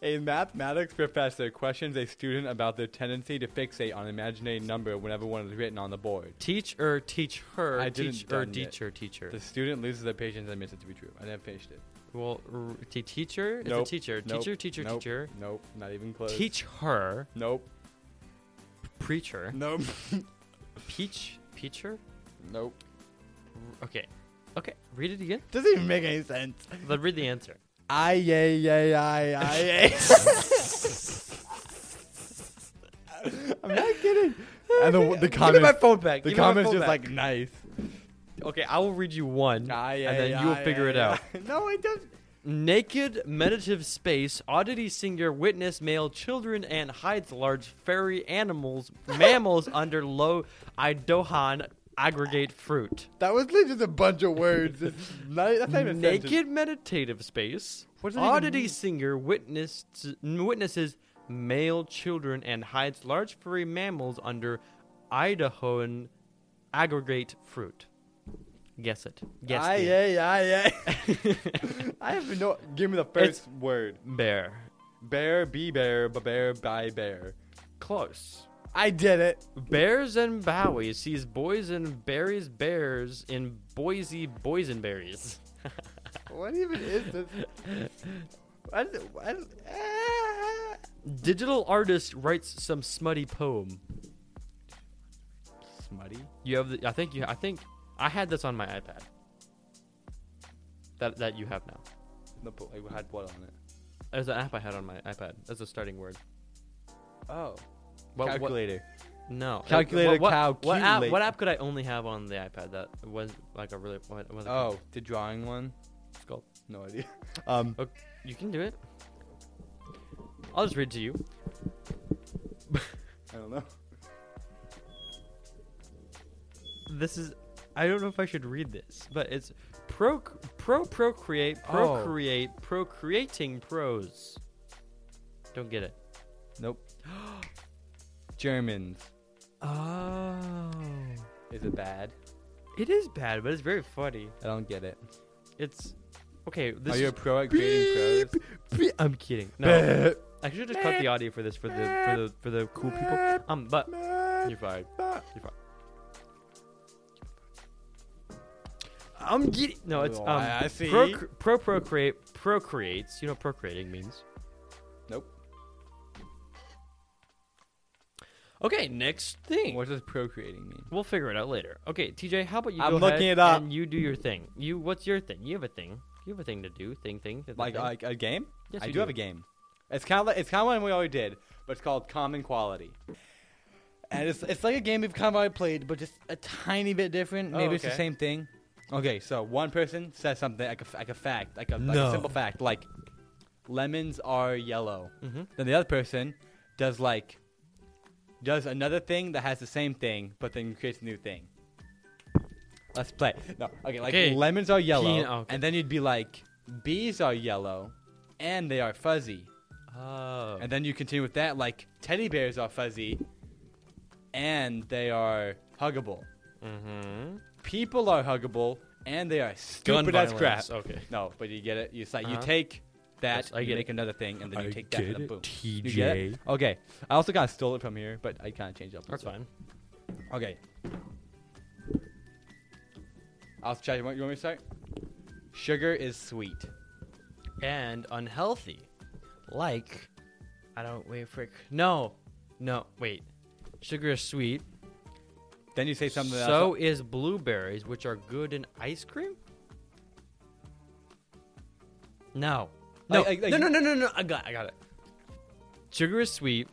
Speaker 3: A mathematics professor questions a student about their tendency to fixate on an imaginary number whenever one is written on the board.
Speaker 1: Teach or teach her.
Speaker 3: I didn't
Speaker 1: teach or
Speaker 3: done yet.
Speaker 1: teacher teacher.
Speaker 3: The student loses their patience and admits it to be true. I never finished it.
Speaker 1: well, r- t- teacher is
Speaker 3: Nope.
Speaker 1: a teacher.
Speaker 3: Nope.
Speaker 1: Teacher teacher
Speaker 3: Nope.
Speaker 1: teacher.
Speaker 3: Nope. Not even close.
Speaker 1: Teach her.
Speaker 3: Nope.
Speaker 1: Preacher.
Speaker 3: Nope.
Speaker 1: Peach. Peacher.
Speaker 3: nope.
Speaker 1: R- okay. Okay. Read it again.
Speaker 3: Doesn't even make any sense.
Speaker 1: But read the answer.
Speaker 3: I yay yay I I. yay. I'm not kidding. And the the
Speaker 1: Give me my
Speaker 3: comments
Speaker 1: phone back.
Speaker 3: the
Speaker 1: Give me my
Speaker 3: comments
Speaker 1: phone
Speaker 3: just
Speaker 1: back.
Speaker 3: like nice.
Speaker 1: Okay, I will read you one,
Speaker 3: I,
Speaker 1: and then you will figure it out.
Speaker 3: no, it doesn't.
Speaker 1: Naked, meditative space, oddity singer, witness male children, and hides large furry animals, mammals under low Idohan aggregate fruit.
Speaker 3: That was literally just a bunch of words. It's not, that's not even a
Speaker 1: Naked,
Speaker 3: sentence.
Speaker 1: meditative space,
Speaker 3: What does that even
Speaker 1: oddity
Speaker 3: mean?
Speaker 1: singer, witness witnesses male children, and hides large furry mammals under Idahoan aggregate fruit. Guess it. Guess
Speaker 3: I
Speaker 1: it.
Speaker 3: yay I yay. I have no. Give me the
Speaker 1: It's-
Speaker 3: first word.
Speaker 1: Bear.
Speaker 3: Bear, be bear, ba bear, by bear.
Speaker 1: Close.
Speaker 3: I did it.
Speaker 1: Bears and Bowie sees boys and berries bears in Boise boysenberries.
Speaker 3: What even is this? What is it? What is ah.
Speaker 1: Digital artist writes some smutty poem.
Speaker 3: Smutty.
Speaker 1: You have the, I think you I think I had this on my iPad. That that you have now.
Speaker 3: No, but I had what on it?
Speaker 1: There's an app I had on my iPad. That's a starting word.
Speaker 3: Oh,
Speaker 1: What, what-
Speaker 3: calculator.
Speaker 1: No.
Speaker 3: Calculator
Speaker 1: what,
Speaker 3: cow
Speaker 1: What app,
Speaker 3: cute
Speaker 1: what
Speaker 3: late.
Speaker 1: app could I only have on the iPad that was like a really what was it called?
Speaker 3: Oh, the drawing one.
Speaker 1: It's called-
Speaker 3: No idea. Um,
Speaker 1: You can do it. I'll just read to you.
Speaker 3: I don't know.
Speaker 1: This is I don't know if I should read this, but it's pro pro procreate
Speaker 3: Oh.
Speaker 1: procreate procreating pros. Don't get it.
Speaker 3: Nope. Germans.
Speaker 1: Oh.
Speaker 3: Is it bad?
Speaker 1: It is bad, but it's very funny.
Speaker 3: I don't get it.
Speaker 1: It's okay. This
Speaker 3: Are you
Speaker 1: is-
Speaker 3: a pro at grading pros?
Speaker 1: Beep. I'm kidding. No, I should just cut the audio for this for the for the for the cool people. Um, but you're fired. You're fired. I'm getting no. It's um.
Speaker 3: Oh, I see.
Speaker 1: proc- pro procreate procreates. You know, what procreating means.
Speaker 3: Nope.
Speaker 1: Okay, next thing.
Speaker 3: What does procreating mean?
Speaker 1: We'll figure it out later. Okay, TJ, how about you?
Speaker 3: I'm
Speaker 1: go
Speaker 3: looking
Speaker 1: ahead
Speaker 3: it up.
Speaker 1: And you do your thing. You, what's your thing? You have a thing. You have a thing to do. Thing, thing. thing,
Speaker 3: Like
Speaker 1: thing.
Speaker 3: like a game?
Speaker 1: Yes,
Speaker 3: I
Speaker 1: you
Speaker 3: do have
Speaker 1: do.
Speaker 3: a game. It's kind of like, it's kind of one we already did, but it's called Common Quality. And it's it's like a game we've kind of already played, but just a tiny bit different.
Speaker 1: Oh,
Speaker 3: Maybe it's the
Speaker 1: okay.
Speaker 3: same thing. Okay, so one person says something like a, like a fact, like a, like
Speaker 1: No.
Speaker 3: a simple fact, like lemons are yellow.
Speaker 1: Mhm.
Speaker 3: Then the other person does like does another thing that has the same thing, but then creates a new thing. Let's play. No, okay, like
Speaker 1: Okay.
Speaker 3: lemons are yellow,
Speaker 1: Peen- oh, okay.
Speaker 3: and then you'd be like, bees are yellow, and they are fuzzy,
Speaker 1: Oh.
Speaker 3: and then you continue with that, like teddy bears are fuzzy, and they are huggable.
Speaker 1: Mm-hmm.
Speaker 3: People are huggable, and they are
Speaker 1: Gun
Speaker 3: stupid as crap.
Speaker 1: violence, okay.
Speaker 3: No, but you get it. You it's like you
Speaker 1: Uh-huh.
Speaker 3: take that,
Speaker 1: Yes, I
Speaker 3: you
Speaker 1: get
Speaker 3: make
Speaker 1: it.
Speaker 3: another thing, and then you
Speaker 1: I
Speaker 3: take that,
Speaker 1: get
Speaker 3: and then
Speaker 1: it,
Speaker 3: boom. You get it? Okay, I also kind of stole it from here, but I kind of changed up.
Speaker 1: That's fine.
Speaker 3: Okay. I'll try. You want, you want me to start? Sugar is sweet.
Speaker 1: And unhealthy. Like, I don't wait for. No, no, wait. Sugar is sweet.
Speaker 3: Then you say something. that's
Speaker 1: so is blueberries, which are good in ice cream. No, no,
Speaker 3: Like- like- like
Speaker 1: no, no,
Speaker 3: you-
Speaker 1: no, no, no. I got, I got it. Sugar is sweet.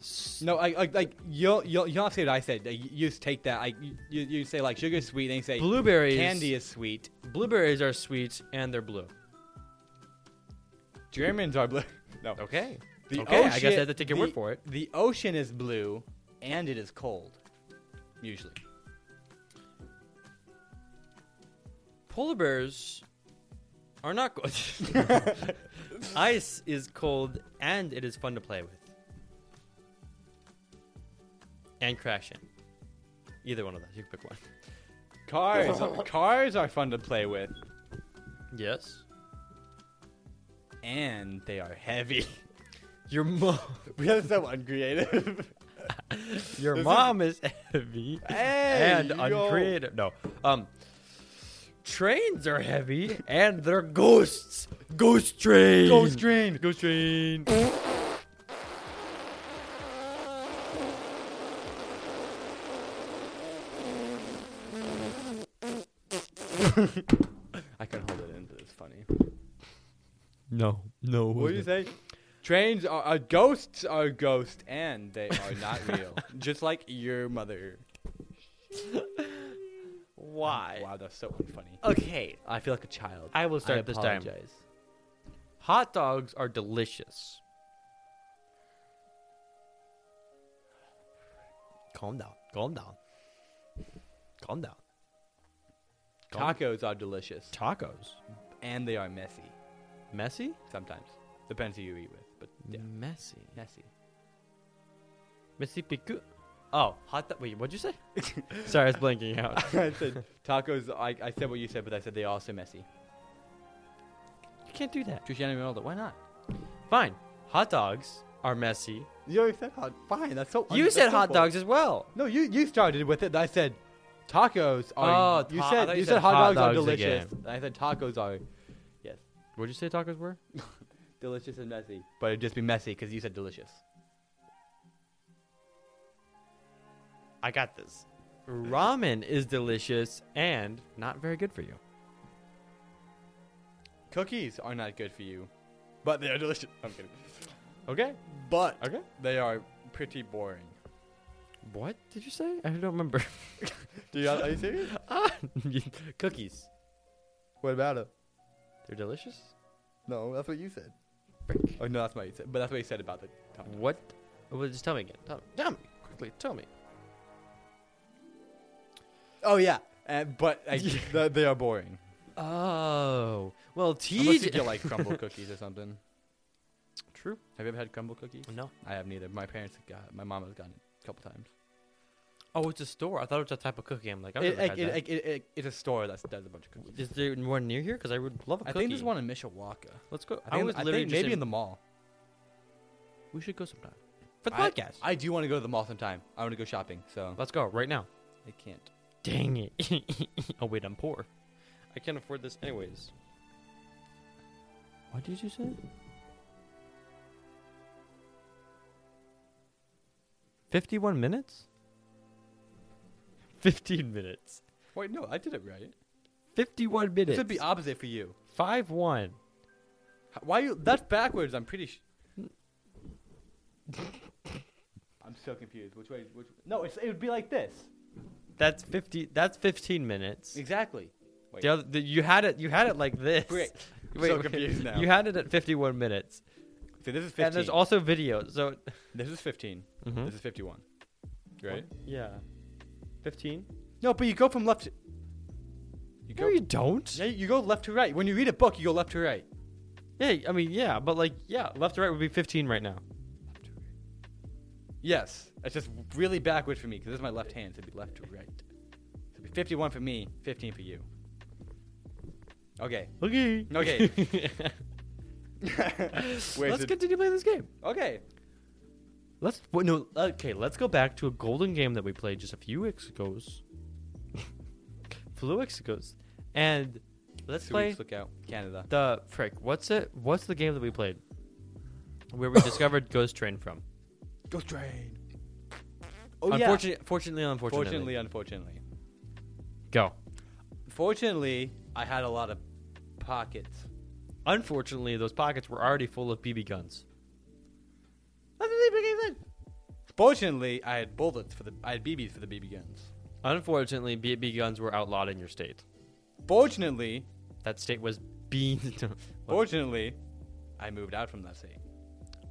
Speaker 1: S-
Speaker 3: no, I, like like you'll you'll you'll not say what I said. Like, You just take that. Like you you you say like sugar is sweet. Then you say
Speaker 1: Blueberries.
Speaker 3: candy is sweet.
Speaker 1: Blueberries are sweet and they're blue.
Speaker 3: Germans are blue. No.
Speaker 1: Okay.
Speaker 3: The
Speaker 1: okay. I guess I
Speaker 3: ocean-
Speaker 1: have to take your word
Speaker 3: the-
Speaker 1: for it.
Speaker 3: The ocean is blue, and it is cold. Usually.
Speaker 1: Polar bears are not good. Ice is cold and it is fun to play with. And crash in. Either one of those. You can pick one.
Speaker 3: Cars cars are fun to play with,
Speaker 1: Yes.
Speaker 3: and they are heavy.
Speaker 1: Your mom.
Speaker 3: we have so uncreative.
Speaker 1: Your
Speaker 3: This is-
Speaker 1: mom is heavy
Speaker 3: Hey,
Speaker 1: and
Speaker 3: yo.
Speaker 1: uncreative. No. Um. Trains are heavy and they're ghosts. Ghost train.
Speaker 3: Ghost train.
Speaker 1: Ghost train.
Speaker 3: I can hold it in, but it's funny.
Speaker 1: No. No.
Speaker 3: What do you say? Trains are, are ghosts are ghosts and they are not real. Just like your mother.
Speaker 1: Why?
Speaker 3: Wow, that's so unfunny.
Speaker 1: Okay.
Speaker 3: I feel like a child.
Speaker 1: I will start this time.
Speaker 3: apologize.
Speaker 1: Hot dogs are delicious. Calm down. Calm down. Calm down. Calm-
Speaker 3: Tacos are delicious
Speaker 1: tacos.
Speaker 3: and they are messy
Speaker 1: Messy? Mm.
Speaker 3: sometimes. Depends who you eat with, but yeah,
Speaker 1: Messy.
Speaker 3: messy.
Speaker 1: Missy Piku. Oh, hot dog. Wait, what'd you say? Sorry, I was blanking out.
Speaker 3: I said tacos. I, I said what you said, but I said they are also messy.
Speaker 1: You can't do that.
Speaker 3: Cristiano Ronaldo. Why not?
Speaker 1: Fine. Hot dogs are messy.
Speaker 3: You already said hot. Fine, that's so.
Speaker 1: You
Speaker 3: that's
Speaker 1: said
Speaker 3: so
Speaker 1: hot
Speaker 3: bold.
Speaker 1: dogs as well.
Speaker 3: No, you you started with it. I said tacos are.
Speaker 1: Oh,
Speaker 3: you
Speaker 1: ta- I
Speaker 3: said
Speaker 1: thought
Speaker 3: you, said, hot, dogs, are delicious.
Speaker 1: again.
Speaker 3: And I said tacos are
Speaker 1: What'd you say tacos were?
Speaker 3: delicious and messy, but it'd just be messy because you said delicious.
Speaker 1: I got this. Ramen is delicious and not very good for you.
Speaker 3: Cookies are not good for you, but they are delicious. I'm kidding.
Speaker 1: Okay.
Speaker 3: But
Speaker 1: Okay.
Speaker 3: they are pretty boring.
Speaker 1: What did you say? I don't remember.
Speaker 3: Dude, are are you serious?
Speaker 1: Cookies.
Speaker 3: What about it?
Speaker 1: They're delicious.
Speaker 3: No, that's what you said.
Speaker 1: Frick.
Speaker 3: Oh no, that's what you said. But that's what you said about the topic.
Speaker 1: What? Well, just tell me again. Tell me, tell me quickly. Tell me.
Speaker 3: Oh yeah, and, but like, th- they are boring.
Speaker 1: Oh well,
Speaker 3: Unless you
Speaker 1: TJ.
Speaker 3: get like crumble cookies or something.
Speaker 1: True.
Speaker 3: Have you ever had crumble cookies?
Speaker 1: No.
Speaker 3: I have neither. My parents have got. My mom has gotten it a couple times.
Speaker 1: Oh, it's a store. I thought it was a type of cookie. I'm like, I've
Speaker 3: It,
Speaker 1: never
Speaker 3: like,
Speaker 1: had
Speaker 3: it,
Speaker 1: that.
Speaker 3: like, it, it, it's a store that's does a bunch of cookies.
Speaker 1: Is there one near here? Because I would love a
Speaker 3: I
Speaker 1: cookie.
Speaker 3: think there's one in Mishawaka.
Speaker 1: Let's go.
Speaker 3: I
Speaker 1: I,
Speaker 3: think,
Speaker 1: was
Speaker 3: I
Speaker 1: literally
Speaker 3: think
Speaker 1: just
Speaker 3: maybe in, the mall.
Speaker 1: We should go sometime for the
Speaker 3: I-
Speaker 1: podcast.
Speaker 3: I do want to go to the mall sometime. I want to go shopping, so
Speaker 1: Let's go right now.
Speaker 3: I can't.
Speaker 1: Dang it! oh wait, I'm poor. I can't afford this anyways. What did you say? Fifty-one minutes. Fifteen minutes.
Speaker 3: Wait, no, I did it right.
Speaker 1: Fifty-one
Speaker 3: This
Speaker 1: minutes.
Speaker 3: would be opposite for you.
Speaker 1: five-one.
Speaker 3: H- Why you? That's backwards. I'm pretty. Sh- I'm so confused. Which way? Which? No, it's, it would be like this.
Speaker 1: That's fifty. That's fifteen minutes.
Speaker 3: Exactly. Wait.
Speaker 1: The other, the, you had it. You had it like this.
Speaker 3: Wait, I'm so confused now.
Speaker 1: You had it at 51 minutes,
Speaker 3: So this is
Speaker 1: and there's
Speaker 3: 15.
Speaker 1: also videos. So,
Speaker 3: this is 15.
Speaker 1: Mhm.
Speaker 3: This is 51. Right?
Speaker 1: yeah, 15.
Speaker 3: No, but you go from left. To- you
Speaker 1: No,
Speaker 3: go.
Speaker 1: you don't.
Speaker 3: Yeah, you go left to right. When you read a book, you go left to right.
Speaker 1: Yeah, I mean, yeah, but like, yeah, left to right would be 15 right now.
Speaker 3: Yes, it's just really backwards for me because this is my left hand. So it'd be left to right. So it'd be 51 for me, 15 for you. Okay.
Speaker 1: Okay.
Speaker 3: Okay.
Speaker 1: Let's continue playing this game.
Speaker 3: Okay.
Speaker 1: Let's wait, no. Okay, let's go back to a golden game that we played just a few weeks ago. few weeks ago, and let's
Speaker 3: Two
Speaker 1: play
Speaker 3: weeks, look out, Canada.
Speaker 1: the frick. What's it? What's the game that we played? Where we discovered Ghost Train from?
Speaker 3: Ghost train. Oh
Speaker 1: Unfortunately, fortunately, unfortunately.
Speaker 3: Fortunately, unfortunately.
Speaker 1: go.
Speaker 3: Fortunately, I had a lot of pockets.
Speaker 1: Unfortunately, those pockets were already full of BB guns.
Speaker 3: Fortunately, I had bullets for the I had BBs for the BB guns.
Speaker 1: Unfortunately, BB guns were outlawed in your state.
Speaker 3: Fortunately,
Speaker 1: That state was being. Well,
Speaker 3: fortunately, I moved out from that state.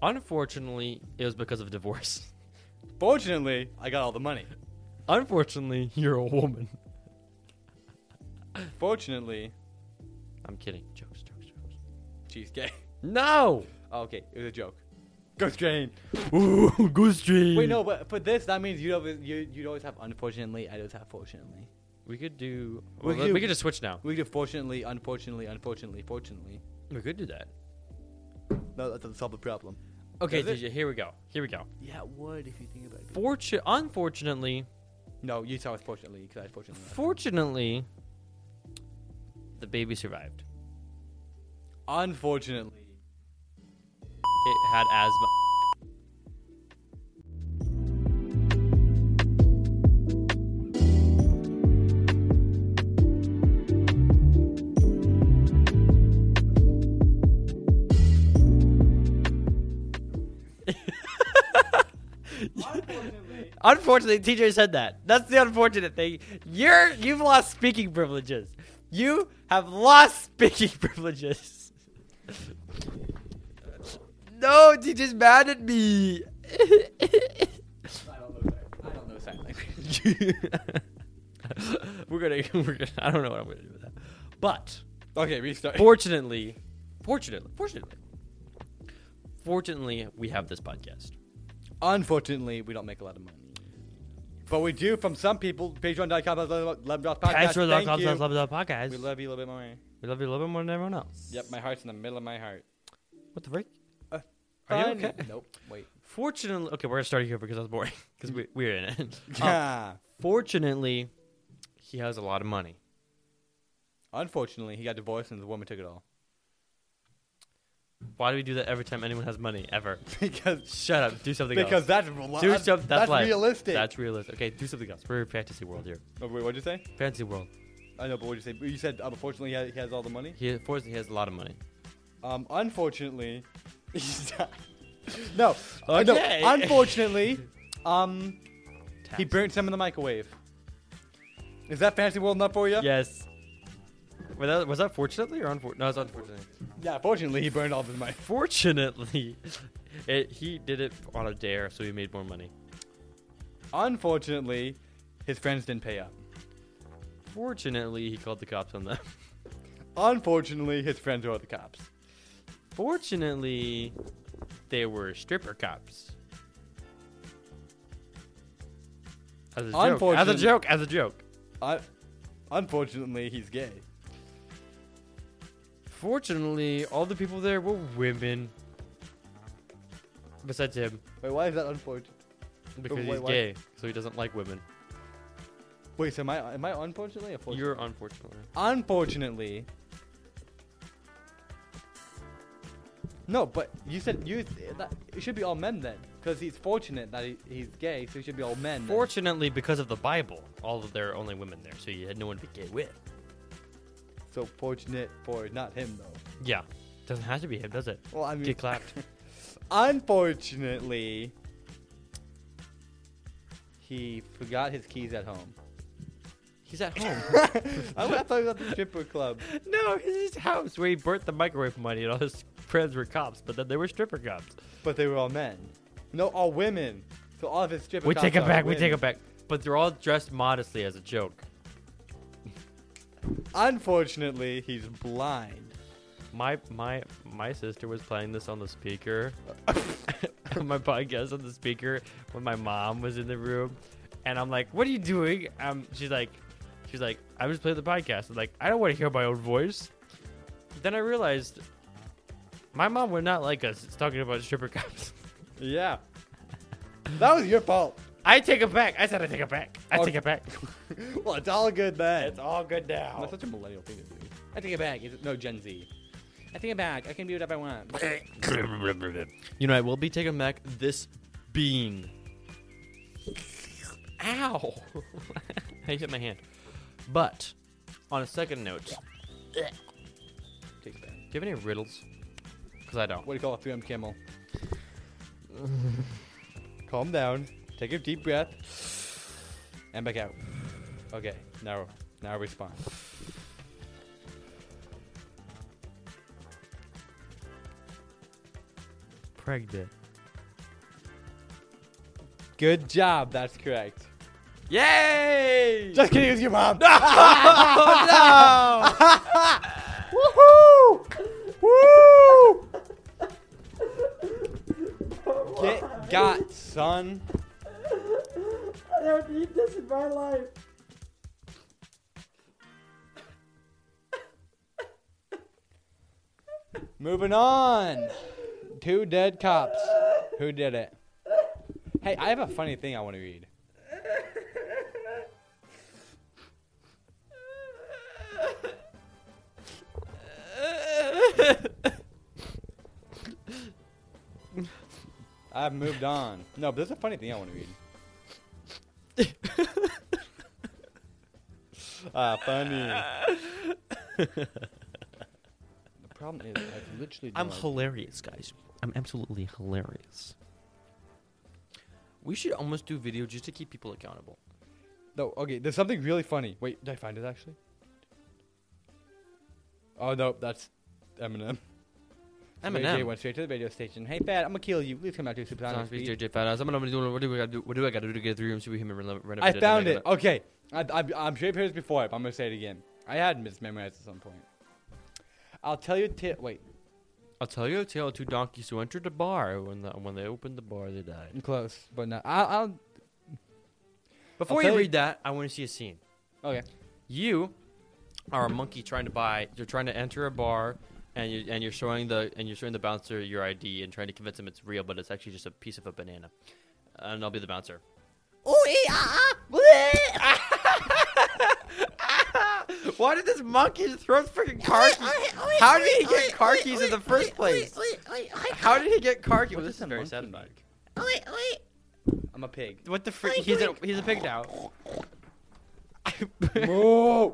Speaker 1: unfortunately, it was because of divorce.
Speaker 3: Fortunately, I got all the money.
Speaker 1: Unfortunately, you're a woman.
Speaker 3: Fortunately,
Speaker 1: I'm kidding. Jokes, jokes, jokes.
Speaker 3: cheesecake.
Speaker 1: No.
Speaker 3: Oh, okay, it was a joke. Ghost train.
Speaker 1: Ooh, goose dream.
Speaker 3: Wait, no, but for this that means you'd always you you'd always have unfortunately. I always have fortunately.
Speaker 1: We could do.
Speaker 3: We
Speaker 1: well,
Speaker 3: could
Speaker 1: let-
Speaker 3: do-
Speaker 1: we could just switch now.
Speaker 3: We do fortunately, unfortunately, unfortunately, fortunately.
Speaker 1: We could do that.
Speaker 3: No, that doesn't solve the problem.
Speaker 1: Okay,
Speaker 3: Does it?
Speaker 1: DJ, here we go. Here we go.
Speaker 3: Yeah, it would if you think about it.
Speaker 1: Fortune, unfortunately,
Speaker 3: No, you saw it fortunately because I had fortunately. last time.
Speaker 1: fortunately, the baby survived.
Speaker 3: Unfortunately.
Speaker 1: It had asthma.
Speaker 3: Unfortunately.
Speaker 1: Unfortunately, TJ said that. That's the unfortunate thing. You're you've lost speaking privileges. You have lost speaking privileges. no, TJ's mad at me.
Speaker 3: I don't know. I don't know sign language.
Speaker 1: we're gonna we're gonna I don't know what I'm gonna do with that. But
Speaker 3: Okay, restart.
Speaker 1: fortunately fortunately fortunately fortunately we have this podcast.
Speaker 3: Unfortunately, we don't make a lot of money. But we do from some people. Patreon.com. Lemdroth podcast. Thank you.
Speaker 1: podcast.
Speaker 3: We love you a little bit more.
Speaker 1: We love you a little bit more than everyone else.
Speaker 3: Yep, my heart's in the middle of my heart.
Speaker 1: What the frick?
Speaker 3: Uh,
Speaker 1: Are you
Speaker 3: Fun-
Speaker 1: okay?
Speaker 3: Nope. Wait.
Speaker 1: Fortunately, okay, we're gonna start here because that's boring. Because we we're in it. Um,
Speaker 3: Yeah.
Speaker 1: fortunately, he has a lot of money.
Speaker 3: Unfortunately, he got divorced and the woman took it all.
Speaker 1: Why do we do that every time anyone has money ever?
Speaker 3: because
Speaker 1: Shut up. Do something
Speaker 3: because
Speaker 1: else.
Speaker 3: that's rela-
Speaker 1: do some, that's, life.
Speaker 3: realistic.
Speaker 1: That's realistic. Okay, do something else. We're in fantasy world here.
Speaker 3: Oh, wait, what'd you say?
Speaker 1: Fantasy world.
Speaker 3: I know, but what'd you say? You said unfortunately he has, he has all the money.
Speaker 1: He fortunately he has a lot of money.
Speaker 3: Um, unfortunately, he's not. no.
Speaker 1: Okay.
Speaker 3: No. Unfortunately, um,
Speaker 1: fantastic.
Speaker 3: He burnt some in the microwave. Is that fantasy world enough for you?
Speaker 1: Yes. Was that, was that fortunately or unfortunately? No, it's unfortunately.
Speaker 3: Yeah. Fortunately, he burned all of his money.
Speaker 1: Fortunately, it, he did it on a dare, so he made more money.
Speaker 3: Unfortunately, his friends didn't pay up.
Speaker 1: Fortunately, he called the cops on them.
Speaker 3: Unfortunately, his friends were the cops.
Speaker 1: Fortunately, they were stripper cops. As a joke. As a
Speaker 3: Unfortunately-
Speaker 1: joke. As a joke.
Speaker 3: Un- unfortunately, he's gay.
Speaker 1: Fortunately, all the people there were women. Besides him,
Speaker 3: Wait, why is that unfortunate?
Speaker 1: because
Speaker 3: wait,
Speaker 1: he's
Speaker 3: what?
Speaker 1: gay, so he doesn't like women.
Speaker 3: Wait, so am I am I unfortunately or fortunately?
Speaker 1: You're unfortunately.
Speaker 3: unfortunately. No, but you said you that, it should be all men then, because he's fortunate that he, he's gay, so he should be all men. then.
Speaker 1: Fortunately, because of the Bible, all of there are only women there, so you had no one to be gay with.
Speaker 3: so fortunate for not him though.
Speaker 1: Yeah, doesn't have to be him, does it?
Speaker 3: Well, I mean,
Speaker 1: Get clapped.
Speaker 3: unfortunately, he forgot his keys at home.
Speaker 1: He's at home.
Speaker 3: I thought talking about the stripper club.
Speaker 1: no, it's his house where he burnt the microwave money, and all his friends were cops, but then they were stripper cops.
Speaker 3: But they were all men. No, all women. So all of his stripper.
Speaker 1: we
Speaker 3: cops
Speaker 1: take it
Speaker 3: are
Speaker 1: back. We
Speaker 3: women.
Speaker 1: take it back. But they're all dressed modestly as a joke.
Speaker 3: Unfortunately, he's blind.
Speaker 1: My my my sister was playing this on the speaker, my podcast on the speaker when my mom was in the room, and I'm like, "What are you doing?" Um, she's like, she's like, "I was playing the podcast." I'm like, "I don't want to hear my own voice." Then I realized my mom would not like us talking about stripper cops.
Speaker 3: Yeah. That was your fault.
Speaker 1: I take it back. I said I take it back. I
Speaker 3: Oh.
Speaker 1: take it back.
Speaker 3: well, it's all good then.
Speaker 1: It's all good now.
Speaker 3: That's such a millennial thing to do. I take it back. Is it- no, Gen Z. I take it back. I can be whatever I want.
Speaker 1: You know, I will be taking back this bean. Ow! I hit my hand. But on a second note, do
Speaker 3: Take it back.
Speaker 1: you have any riddles? Because I don't.
Speaker 3: What do you call a 3M camel? Calm down. Take a deep breath. And back out. Okay, now now respond.
Speaker 1: Pregnant.
Speaker 3: Good job. That's correct.
Speaker 1: Yay!
Speaker 3: Just kidding, it's your mom.
Speaker 1: Woohoo! Woo!
Speaker 3: Get got, son.
Speaker 1: I don't need this in my life.
Speaker 3: Moving on. Two dead cops. Who did it? Hey, I have a funny thing I want to read. I've moved on. No, but there's a funny thing I want to read. Ah, funny. the problem is, I've literally.
Speaker 1: I'm
Speaker 3: done-
Speaker 1: hilarious, guys. I'm absolutely hilarious. We should almost do video just to keep people accountable.
Speaker 3: No, okay, there's something really funny. Wait, did I find it actually? Oh no, that's Eminem. So
Speaker 1: Eminem.
Speaker 3: AJ went straight to the radio station. Hey, Fat, I'm gonna kill you. Please come out to Supersonic
Speaker 1: Sounds like
Speaker 3: Speed.
Speaker 1: DJ Fat Ass. I'm gonna do what do I gotta do? What do I gotta do to get through room superhuman reno-
Speaker 3: I
Speaker 1: renovated? and
Speaker 3: found it.
Speaker 1: gotta-
Speaker 3: Okay, I, I, I'm sure you've heard this before, but I'm gonna say it again. I had mismemorized at some point. I'll tell you. T- wait,
Speaker 1: I'll tell you a tale of two donkeys who entered a bar. When the, when they opened the bar, they died.
Speaker 3: close, but no. I'll.
Speaker 1: Before
Speaker 3: tell
Speaker 1: you
Speaker 3: you-
Speaker 1: read that, I want to see a scene.
Speaker 3: I'll okay.
Speaker 1: You are a monkey trying to buy. You're trying to enter a bar, and you and you're showing the and you're showing the bouncer your ID and trying to convince him it's real, but it's actually just a piece of a banana. And I'll be the bouncer.
Speaker 3: ah,
Speaker 1: Why did this monkey just throw his freaking car keys? How did he get car keys in the first place? How did he get car keys? Well, this is very sad.
Speaker 3: I'm a pig.
Speaker 1: What the freak? He's a he's a pig now.
Speaker 3: Moo.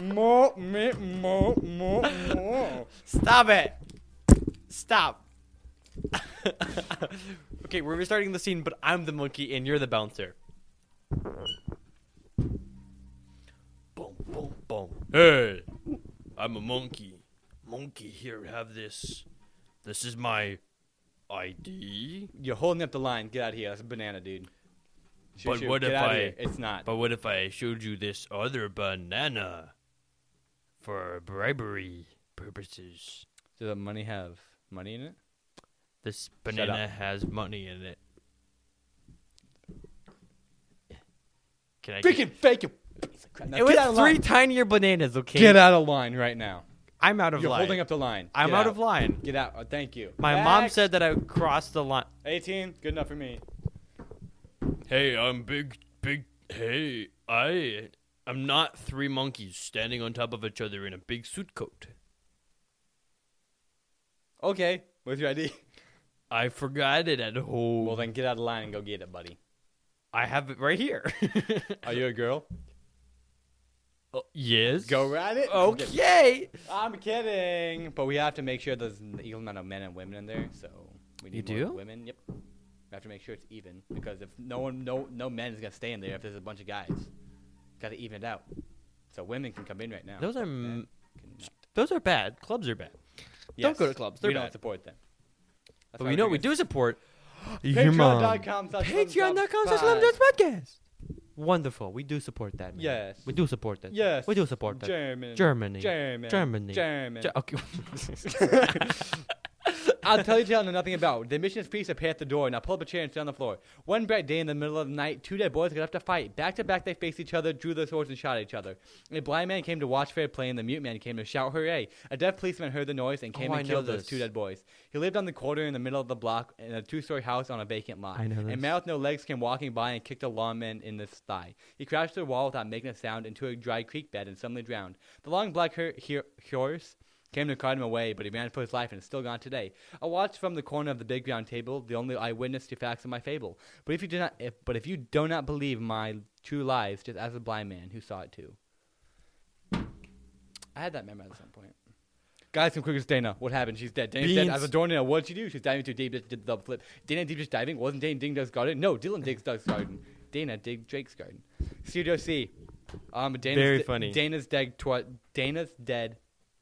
Speaker 3: Moo. me, Moo. Moo. Moo.
Speaker 1: Stop it! Stop. okay, we're restarting the scene, but I'm the monkey and you're the bouncer. Hey, I'm a monkey. Monkey, here, have this. This is my ID.
Speaker 3: You're holding up the line. Get out of here. That's a banana, dude. Shoo,
Speaker 1: But
Speaker 3: shoo.
Speaker 1: what
Speaker 3: Get
Speaker 1: if
Speaker 3: out of
Speaker 1: I-
Speaker 3: here. It's not.
Speaker 1: But what if I showed you this other banana for bribery purposes?
Speaker 3: Does the money have money in it?
Speaker 1: This
Speaker 3: Shut
Speaker 1: banana
Speaker 3: up.
Speaker 1: has money in it. Can I get-
Speaker 3: Freaking fake you. Now
Speaker 2: It was
Speaker 3: get out of
Speaker 2: three
Speaker 3: line.
Speaker 2: tinier bananas, okay?
Speaker 3: Get out of line right now.
Speaker 2: I'm out of
Speaker 3: You're
Speaker 2: line.
Speaker 3: holding up the line.
Speaker 2: I'm
Speaker 3: Get
Speaker 2: out, of line.
Speaker 3: Get out. Oh, thank you.
Speaker 2: My mom
Speaker 3: Next.
Speaker 2: said that I crossed the line.
Speaker 3: 18. Good enough for me.
Speaker 1: Hey, I'm big, big. Hey, I, I'm not three monkeys standing on top of each other in a big suit coat.
Speaker 3: Okay. What's your ID?
Speaker 1: I forgot it at home.
Speaker 3: Well, then get out of line and go get it, buddy.
Speaker 2: I have it right here.
Speaker 3: Are you a girl?
Speaker 1: Oh, yes.
Speaker 3: Go right it.
Speaker 2: okay.
Speaker 3: I'm kidding. But we have to make sure there's an equal amount of men and women in there. So we
Speaker 2: You
Speaker 3: need more
Speaker 2: do?
Speaker 3: women. Yep. We have to make sure it's even because if no one, no, no men is gonna stay in there if there's a bunch of guys. Got to even it out. So women can come in right now.
Speaker 2: Those are
Speaker 3: Men
Speaker 2: m-
Speaker 3: cannot.
Speaker 2: those are bad. Clubs are bad.
Speaker 3: Yes.
Speaker 2: go to clubs. They're
Speaker 3: we
Speaker 2: bad.
Speaker 3: don't support them. That's
Speaker 2: But
Speaker 3: why
Speaker 2: we know
Speaker 3: bring
Speaker 2: we
Speaker 3: us-
Speaker 2: do support your mom.
Speaker 3: Patreon.com. slash
Speaker 2: Patreon.com slash
Speaker 3: Lumdubs
Speaker 2: Lumdubs
Speaker 3: Pod.
Speaker 2: Podcast. Wonderful. We do support that. Man.
Speaker 3: Yes.
Speaker 2: We do support that.
Speaker 3: Yes.
Speaker 2: We do support that.
Speaker 3: German.
Speaker 2: Germany.
Speaker 3: German.
Speaker 2: Germany.
Speaker 3: German.
Speaker 2: Ge- okay.
Speaker 3: I'll tell you, tell them nothing about. The mission's priest appeared at the door. Now pull up a chair and sit on the floor. One bright day in the middle of the night, two dead boys got up to fight. Back to back, they faced each other, drew their swords, and shot at each other. A blind man came to watch fair play, and the mute man came to shout hooray. A deaf policeman heard the noise and came
Speaker 2: Oh, I
Speaker 3: and
Speaker 2: know
Speaker 3: killed those
Speaker 2: this.
Speaker 3: two dead boys. He lived on the quarter in the middle of the block in a two story house on a vacant lot.
Speaker 2: I know
Speaker 3: A
Speaker 2: this.
Speaker 3: man with no legs came walking by and kicked a lawman in the thigh. He crashed to the wall without making a sound into a dry creek bed and suddenly drowned. The long black her- her- horse came to cart him away, but he ran for his life and is still gone today. I watched from the corner of the big round table, the only eyewitness to facts of my fable. But if you do not, if, but if you do not believe my true lies, just ask a blind man who saw it too. I had that memorized at some point. Guys, come quick as Dana. What happened? She's dead. Dana's dead.
Speaker 2: Beans.
Speaker 3: As a doornail, what'd she do? She's diving too deep. Just did the double flip. Dana deep just diving. Wasn't Dana Ding Dug's garden? No, Dylan digs Doug's garden. Dana dig Drake's garden. Studio C. Um, Dana's
Speaker 1: Very
Speaker 3: de-
Speaker 1: funny.
Speaker 3: Dana's dead. Twi- Dana's dead.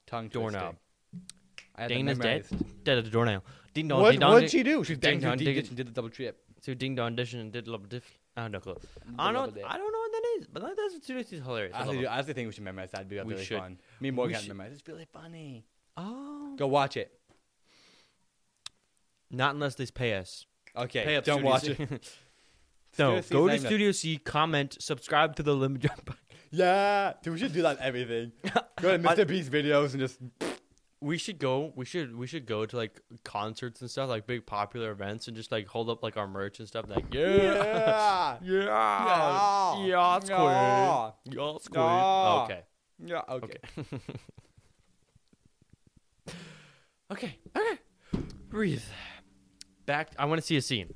Speaker 3: Tongue
Speaker 1: Doorknob.
Speaker 3: twister. I had that
Speaker 1: Dana's dead.
Speaker 3: memorized.
Speaker 1: Dead at the doornail. Ding dong.
Speaker 3: What
Speaker 1: ding dong,
Speaker 3: what'd
Speaker 1: ding-
Speaker 3: she do? She's
Speaker 1: Ding
Speaker 3: diving
Speaker 1: dong.
Speaker 3: too deep.
Speaker 1: Ding
Speaker 3: Just did the double trip.
Speaker 1: So ding dong dish and did love diff. I don't know. Clue. I don't.
Speaker 3: Double
Speaker 1: I don't know what that is. But that- that's seriously hilarious. I
Speaker 3: I
Speaker 1: love
Speaker 3: honestly,
Speaker 1: it.
Speaker 3: I honestly think we should memorize that. It'd be
Speaker 1: We
Speaker 3: really
Speaker 1: should.
Speaker 3: fun. Me and Morgan
Speaker 1: We
Speaker 3: have
Speaker 1: should.
Speaker 3: memorized. It's really funny.
Speaker 2: oh.
Speaker 3: Go watch it.
Speaker 2: Not unless they pay us.
Speaker 3: Okay.
Speaker 1: Pay up,
Speaker 3: don't
Speaker 1: Studio
Speaker 3: watch
Speaker 1: C.
Speaker 3: it.
Speaker 2: No.
Speaker 3: Studio
Speaker 2: Go
Speaker 3: C's
Speaker 2: to
Speaker 3: name-
Speaker 2: Studio C. Comment. Subscribe to the Lim Jump.
Speaker 3: Yeah, dude, we should do that on everything. Go to Mr. Beast videos and just
Speaker 1: we should go. We should. We should go to like concerts and stuff, like big popular events, and just like hold up like our merch and stuff. Like yeah,
Speaker 3: yeah,
Speaker 1: yeah, yeah, it's cool.
Speaker 3: yeah,
Speaker 1: Yeah, it's cool.
Speaker 3: No.
Speaker 1: Okay.
Speaker 3: yeah. Okay.
Speaker 1: Okay. Okay. Breathe. Back. I want to see a scene.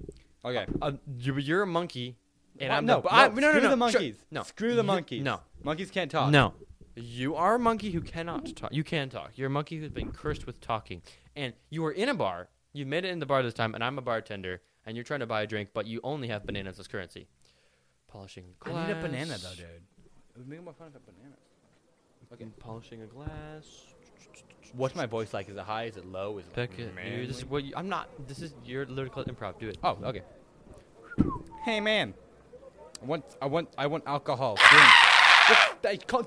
Speaker 3: Okay.
Speaker 1: Uh, you, you're a monkey, and
Speaker 3: Wha-
Speaker 1: I'm
Speaker 3: Uh, no,
Speaker 1: the, I, no, no,
Speaker 3: screw
Speaker 1: no,
Speaker 3: the
Speaker 1: sure,
Speaker 3: monkeys.
Speaker 1: no,
Speaker 3: screw the
Speaker 1: You-
Speaker 3: monkeys.
Speaker 1: No,
Speaker 3: monkeys can't talk.
Speaker 1: no. You are a monkey who cannot talk. You can talk. You're a monkey who's been cursed with talking, and you are in a bar. You made it in the bar this time, and I'm a bartender, and you're trying to buy a drink, but you only have bananas as currency. Polishing a glass.
Speaker 3: I need a banana though, dude. It would make more fun if a banana.
Speaker 1: Okay. Polishing a glass.
Speaker 3: What's my voice like? Is it high? Is it low? Is it
Speaker 1: Beck it.
Speaker 3: manly?
Speaker 1: Dude, this is what you, I'm not. This is your lyrical improv. Do it.
Speaker 3: Oh, okay. Hey, man. I want, I want, I want alcohol. Drink. What- I- cal-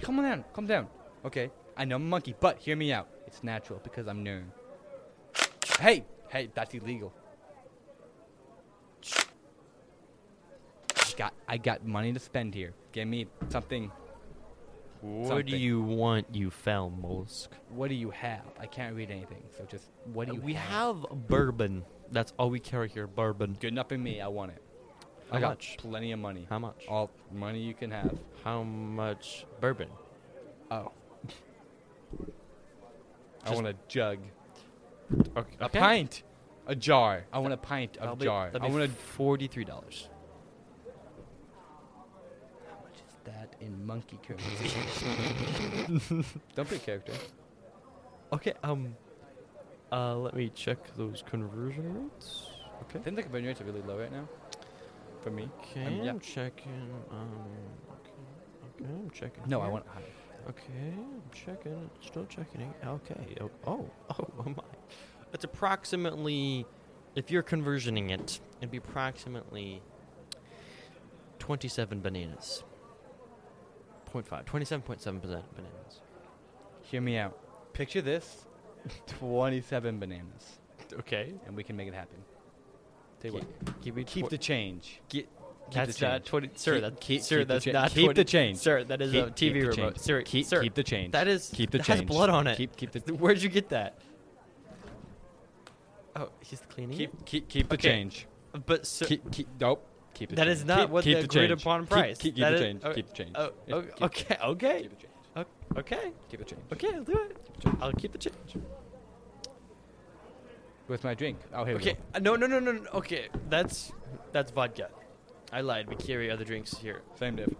Speaker 3: Come on down. Come down. Okay. I know I'm a monkey, but hear me out. It's natural because I'm new. Hey, hey, that's illegal. I got, I got money to spend here. Give me something.
Speaker 1: What
Speaker 3: Something.
Speaker 1: do you want, you foul mollusk?
Speaker 3: What do you have? I can't read anything, so just what do you
Speaker 1: we
Speaker 3: have?
Speaker 1: have bourbon. That's all we carry here. Bourbon.
Speaker 3: Good enough for me. I want it.
Speaker 1: How
Speaker 3: I got
Speaker 1: much?
Speaker 3: plenty of money.
Speaker 1: How much?
Speaker 3: All money you can have.
Speaker 1: How much bourbon?
Speaker 3: Oh. I
Speaker 1: Just-
Speaker 3: want a jug.
Speaker 1: Okay.
Speaker 3: A pint. A jar. I want a pint of jar. I want a.
Speaker 1: forty-three dollars.
Speaker 3: How much is that in monkey currency? Don't be a character.
Speaker 1: Okay. Um. Uh, let me check those conversion rates.
Speaker 3: I think the conversion rates are really low right now. For me.
Speaker 1: Okay,
Speaker 3: Um, yeah.
Speaker 1: I'm checking. Um. Okay, okay, I'm checking.
Speaker 3: No, I
Speaker 1: here.
Speaker 3: want high.
Speaker 2: Okay, I'm checking. Still checking. it. Okay. Oh, oh, oh, oh my. It's approximately, if you're conversioning it, it'd be approximately 27 bananas. 0.5, 27.7% bananas.
Speaker 3: Hear me out. Picture this 27 bananas,
Speaker 2: Okay.
Speaker 3: and we can make it happen. Tell you what,
Speaker 2: Give me
Speaker 3: keep
Speaker 2: twen-
Speaker 3: the change. keep the
Speaker 2: that's not
Speaker 3: change.
Speaker 2: 20. Sir,
Speaker 3: Keep-
Speaker 2: that,
Speaker 3: keep-
Speaker 2: sir,
Speaker 3: keep the
Speaker 2: that's
Speaker 3: cha-
Speaker 2: not
Speaker 3: keep
Speaker 2: 20
Speaker 3: the change.
Speaker 2: Sir, that is
Speaker 3: Keep-
Speaker 2: a TV
Speaker 3: keep the
Speaker 2: remote.
Speaker 3: change.
Speaker 2: Sir,
Speaker 3: keep,
Speaker 2: sir,
Speaker 3: keep the change.
Speaker 2: that is
Speaker 3: keep the
Speaker 2: that
Speaker 3: change.
Speaker 2: has blood on it.
Speaker 3: Keep, keep the
Speaker 2: Where'd you get that? Oh, he's cleaning. it?
Speaker 3: keep, keep, keep the
Speaker 2: Okay.
Speaker 3: change.
Speaker 2: But sir,
Speaker 3: Keep, keep, nope. Keep the
Speaker 2: That
Speaker 3: change.
Speaker 2: is not
Speaker 3: keep,
Speaker 2: what
Speaker 3: keep
Speaker 2: the
Speaker 3: the
Speaker 2: agreed
Speaker 3: change.
Speaker 2: upon
Speaker 3: Keep-
Speaker 2: price.
Speaker 3: keep- keep
Speaker 2: That
Speaker 3: the
Speaker 2: is-
Speaker 3: change.
Speaker 2: oh,
Speaker 3: Keep the change.
Speaker 2: oh,
Speaker 3: Yeah,
Speaker 2: oh,
Speaker 3: keep the
Speaker 2: okay, okay,
Speaker 3: keep the change.
Speaker 2: okay,
Speaker 3: Keep the change.
Speaker 2: okay. I'll do it. I'll keep the change.
Speaker 3: With my drink. Oh, here
Speaker 1: Okay,
Speaker 3: we
Speaker 1: uh, no, no, no, no, no. Okay, that's that's vodka. I lied. We carry other drinks here.
Speaker 3: go. Same diff.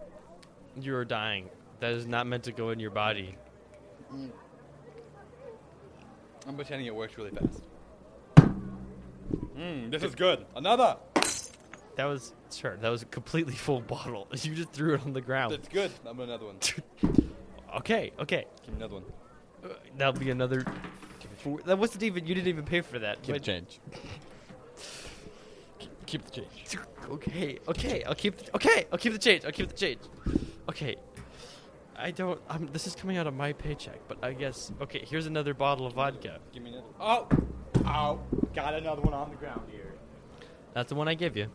Speaker 1: You are dying. That is not meant to go in your body.
Speaker 3: I'm pretending it works really fast. Mmm, this is good. Another.
Speaker 1: That was sure. That was a completely full bottle. You just threw it on the ground.
Speaker 3: That's good. I'm another one.
Speaker 1: Okay, okay.
Speaker 3: Keep another one.
Speaker 1: Uh, That'll be another. Four, that wasn't even. You didn't even pay for that.
Speaker 3: Keep the
Speaker 1: But-
Speaker 3: change. Keep- Keep the change.
Speaker 1: Okay, okay. I'll keep. The, okay, I'll keep the change. I'll keep the change. Okay. I don't. I'm, this is coming out of my paycheck, but I guess. Okay, here's another bottle of vodka.
Speaker 3: Give me another. Oh, oh, got another one on the ground here.
Speaker 1: That's the one I give you.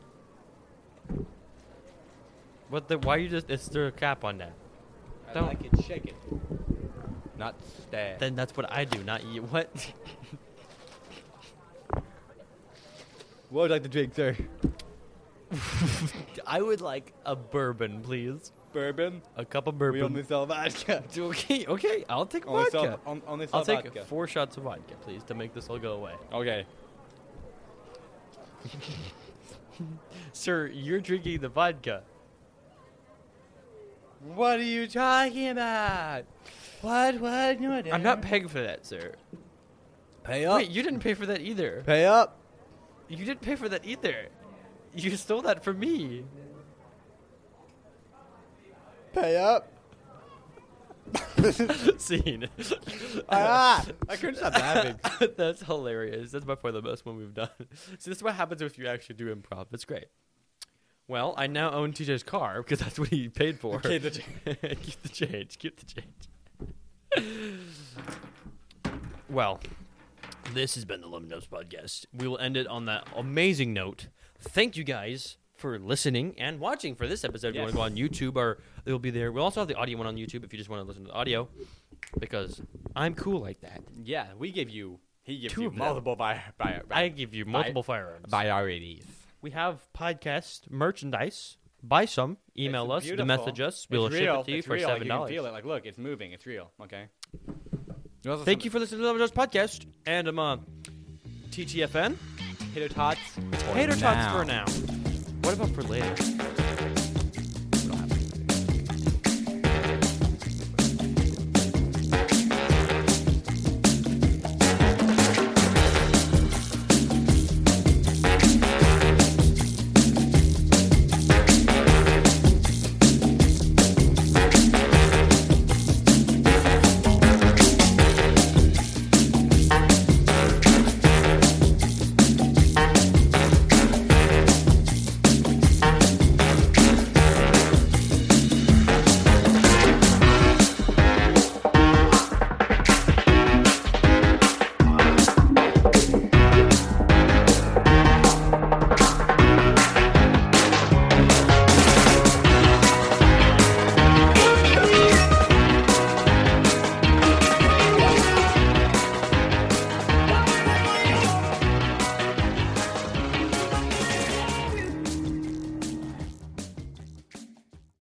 Speaker 1: What the? Why you just? It's through a cap on that.
Speaker 3: I
Speaker 1: Don't-
Speaker 3: like it. Shake it. Not stab.
Speaker 1: Then that's what I do, not you. What?
Speaker 3: What would you like to drink, sir?
Speaker 1: I would like a bourbon, please.
Speaker 3: Bourbon.
Speaker 1: A cup of
Speaker 3: We
Speaker 1: bourbon.
Speaker 3: only sell vodka.
Speaker 1: okay, okay. I'll take
Speaker 3: Only
Speaker 1: vodka.
Speaker 3: sell, on, only sell
Speaker 1: I'll take
Speaker 3: vodka.
Speaker 1: four shots of vodka, please, to make this all go away.
Speaker 3: okay.
Speaker 1: Sir, you're drinking the vodka.
Speaker 3: What are you talking about? What? What? No,
Speaker 1: I'm not paying for that, sir.
Speaker 3: Pay up.
Speaker 1: Wait, you didn't pay for that either.
Speaker 3: Pay up.
Speaker 1: You didn't pay for that either. You stole that from me.
Speaker 3: Pay up.
Speaker 1: Scene.
Speaker 3: ah, I couldn't stop laughing.
Speaker 1: That's hilarious. That's by far the best one we've done. See, this is what happens if you actually do improv. It's great. Well, I now own TJ's car because that's what he paid for.
Speaker 3: Okay, the
Speaker 1: keep the change. Keep the change. well, this has been the Lemon Dubs podcast. We will end it on that amazing note. Thank you guys for listening and watching for this episode. If you want
Speaker 3: Yes.
Speaker 1: to go on YouTube, or it'll be there. We'll also have the audio one on YouTube if you just want to listen to the audio, because I'm cool like that.
Speaker 3: Yeah, we give you. He gives
Speaker 1: Two
Speaker 3: you
Speaker 1: of them.
Speaker 3: multiple by by
Speaker 1: I give you multiple firearms.
Speaker 3: priorities.
Speaker 1: We have podcast merchandise. Buy some. Email
Speaker 3: It's
Speaker 1: us.
Speaker 3: beautiful.
Speaker 1: The message us. We'll
Speaker 3: it's
Speaker 1: ship
Speaker 3: real.
Speaker 1: it to you
Speaker 3: it's
Speaker 1: for
Speaker 3: real.
Speaker 1: seven
Speaker 3: You can feel
Speaker 1: dollars.
Speaker 3: it. Like, look, it's moving. It's real. Okay.
Speaker 1: Thank you for listening to the Love Jones podcast, and I'm uh, TTFN.
Speaker 3: Hater tots.
Speaker 1: Hater tots for now. What about for later?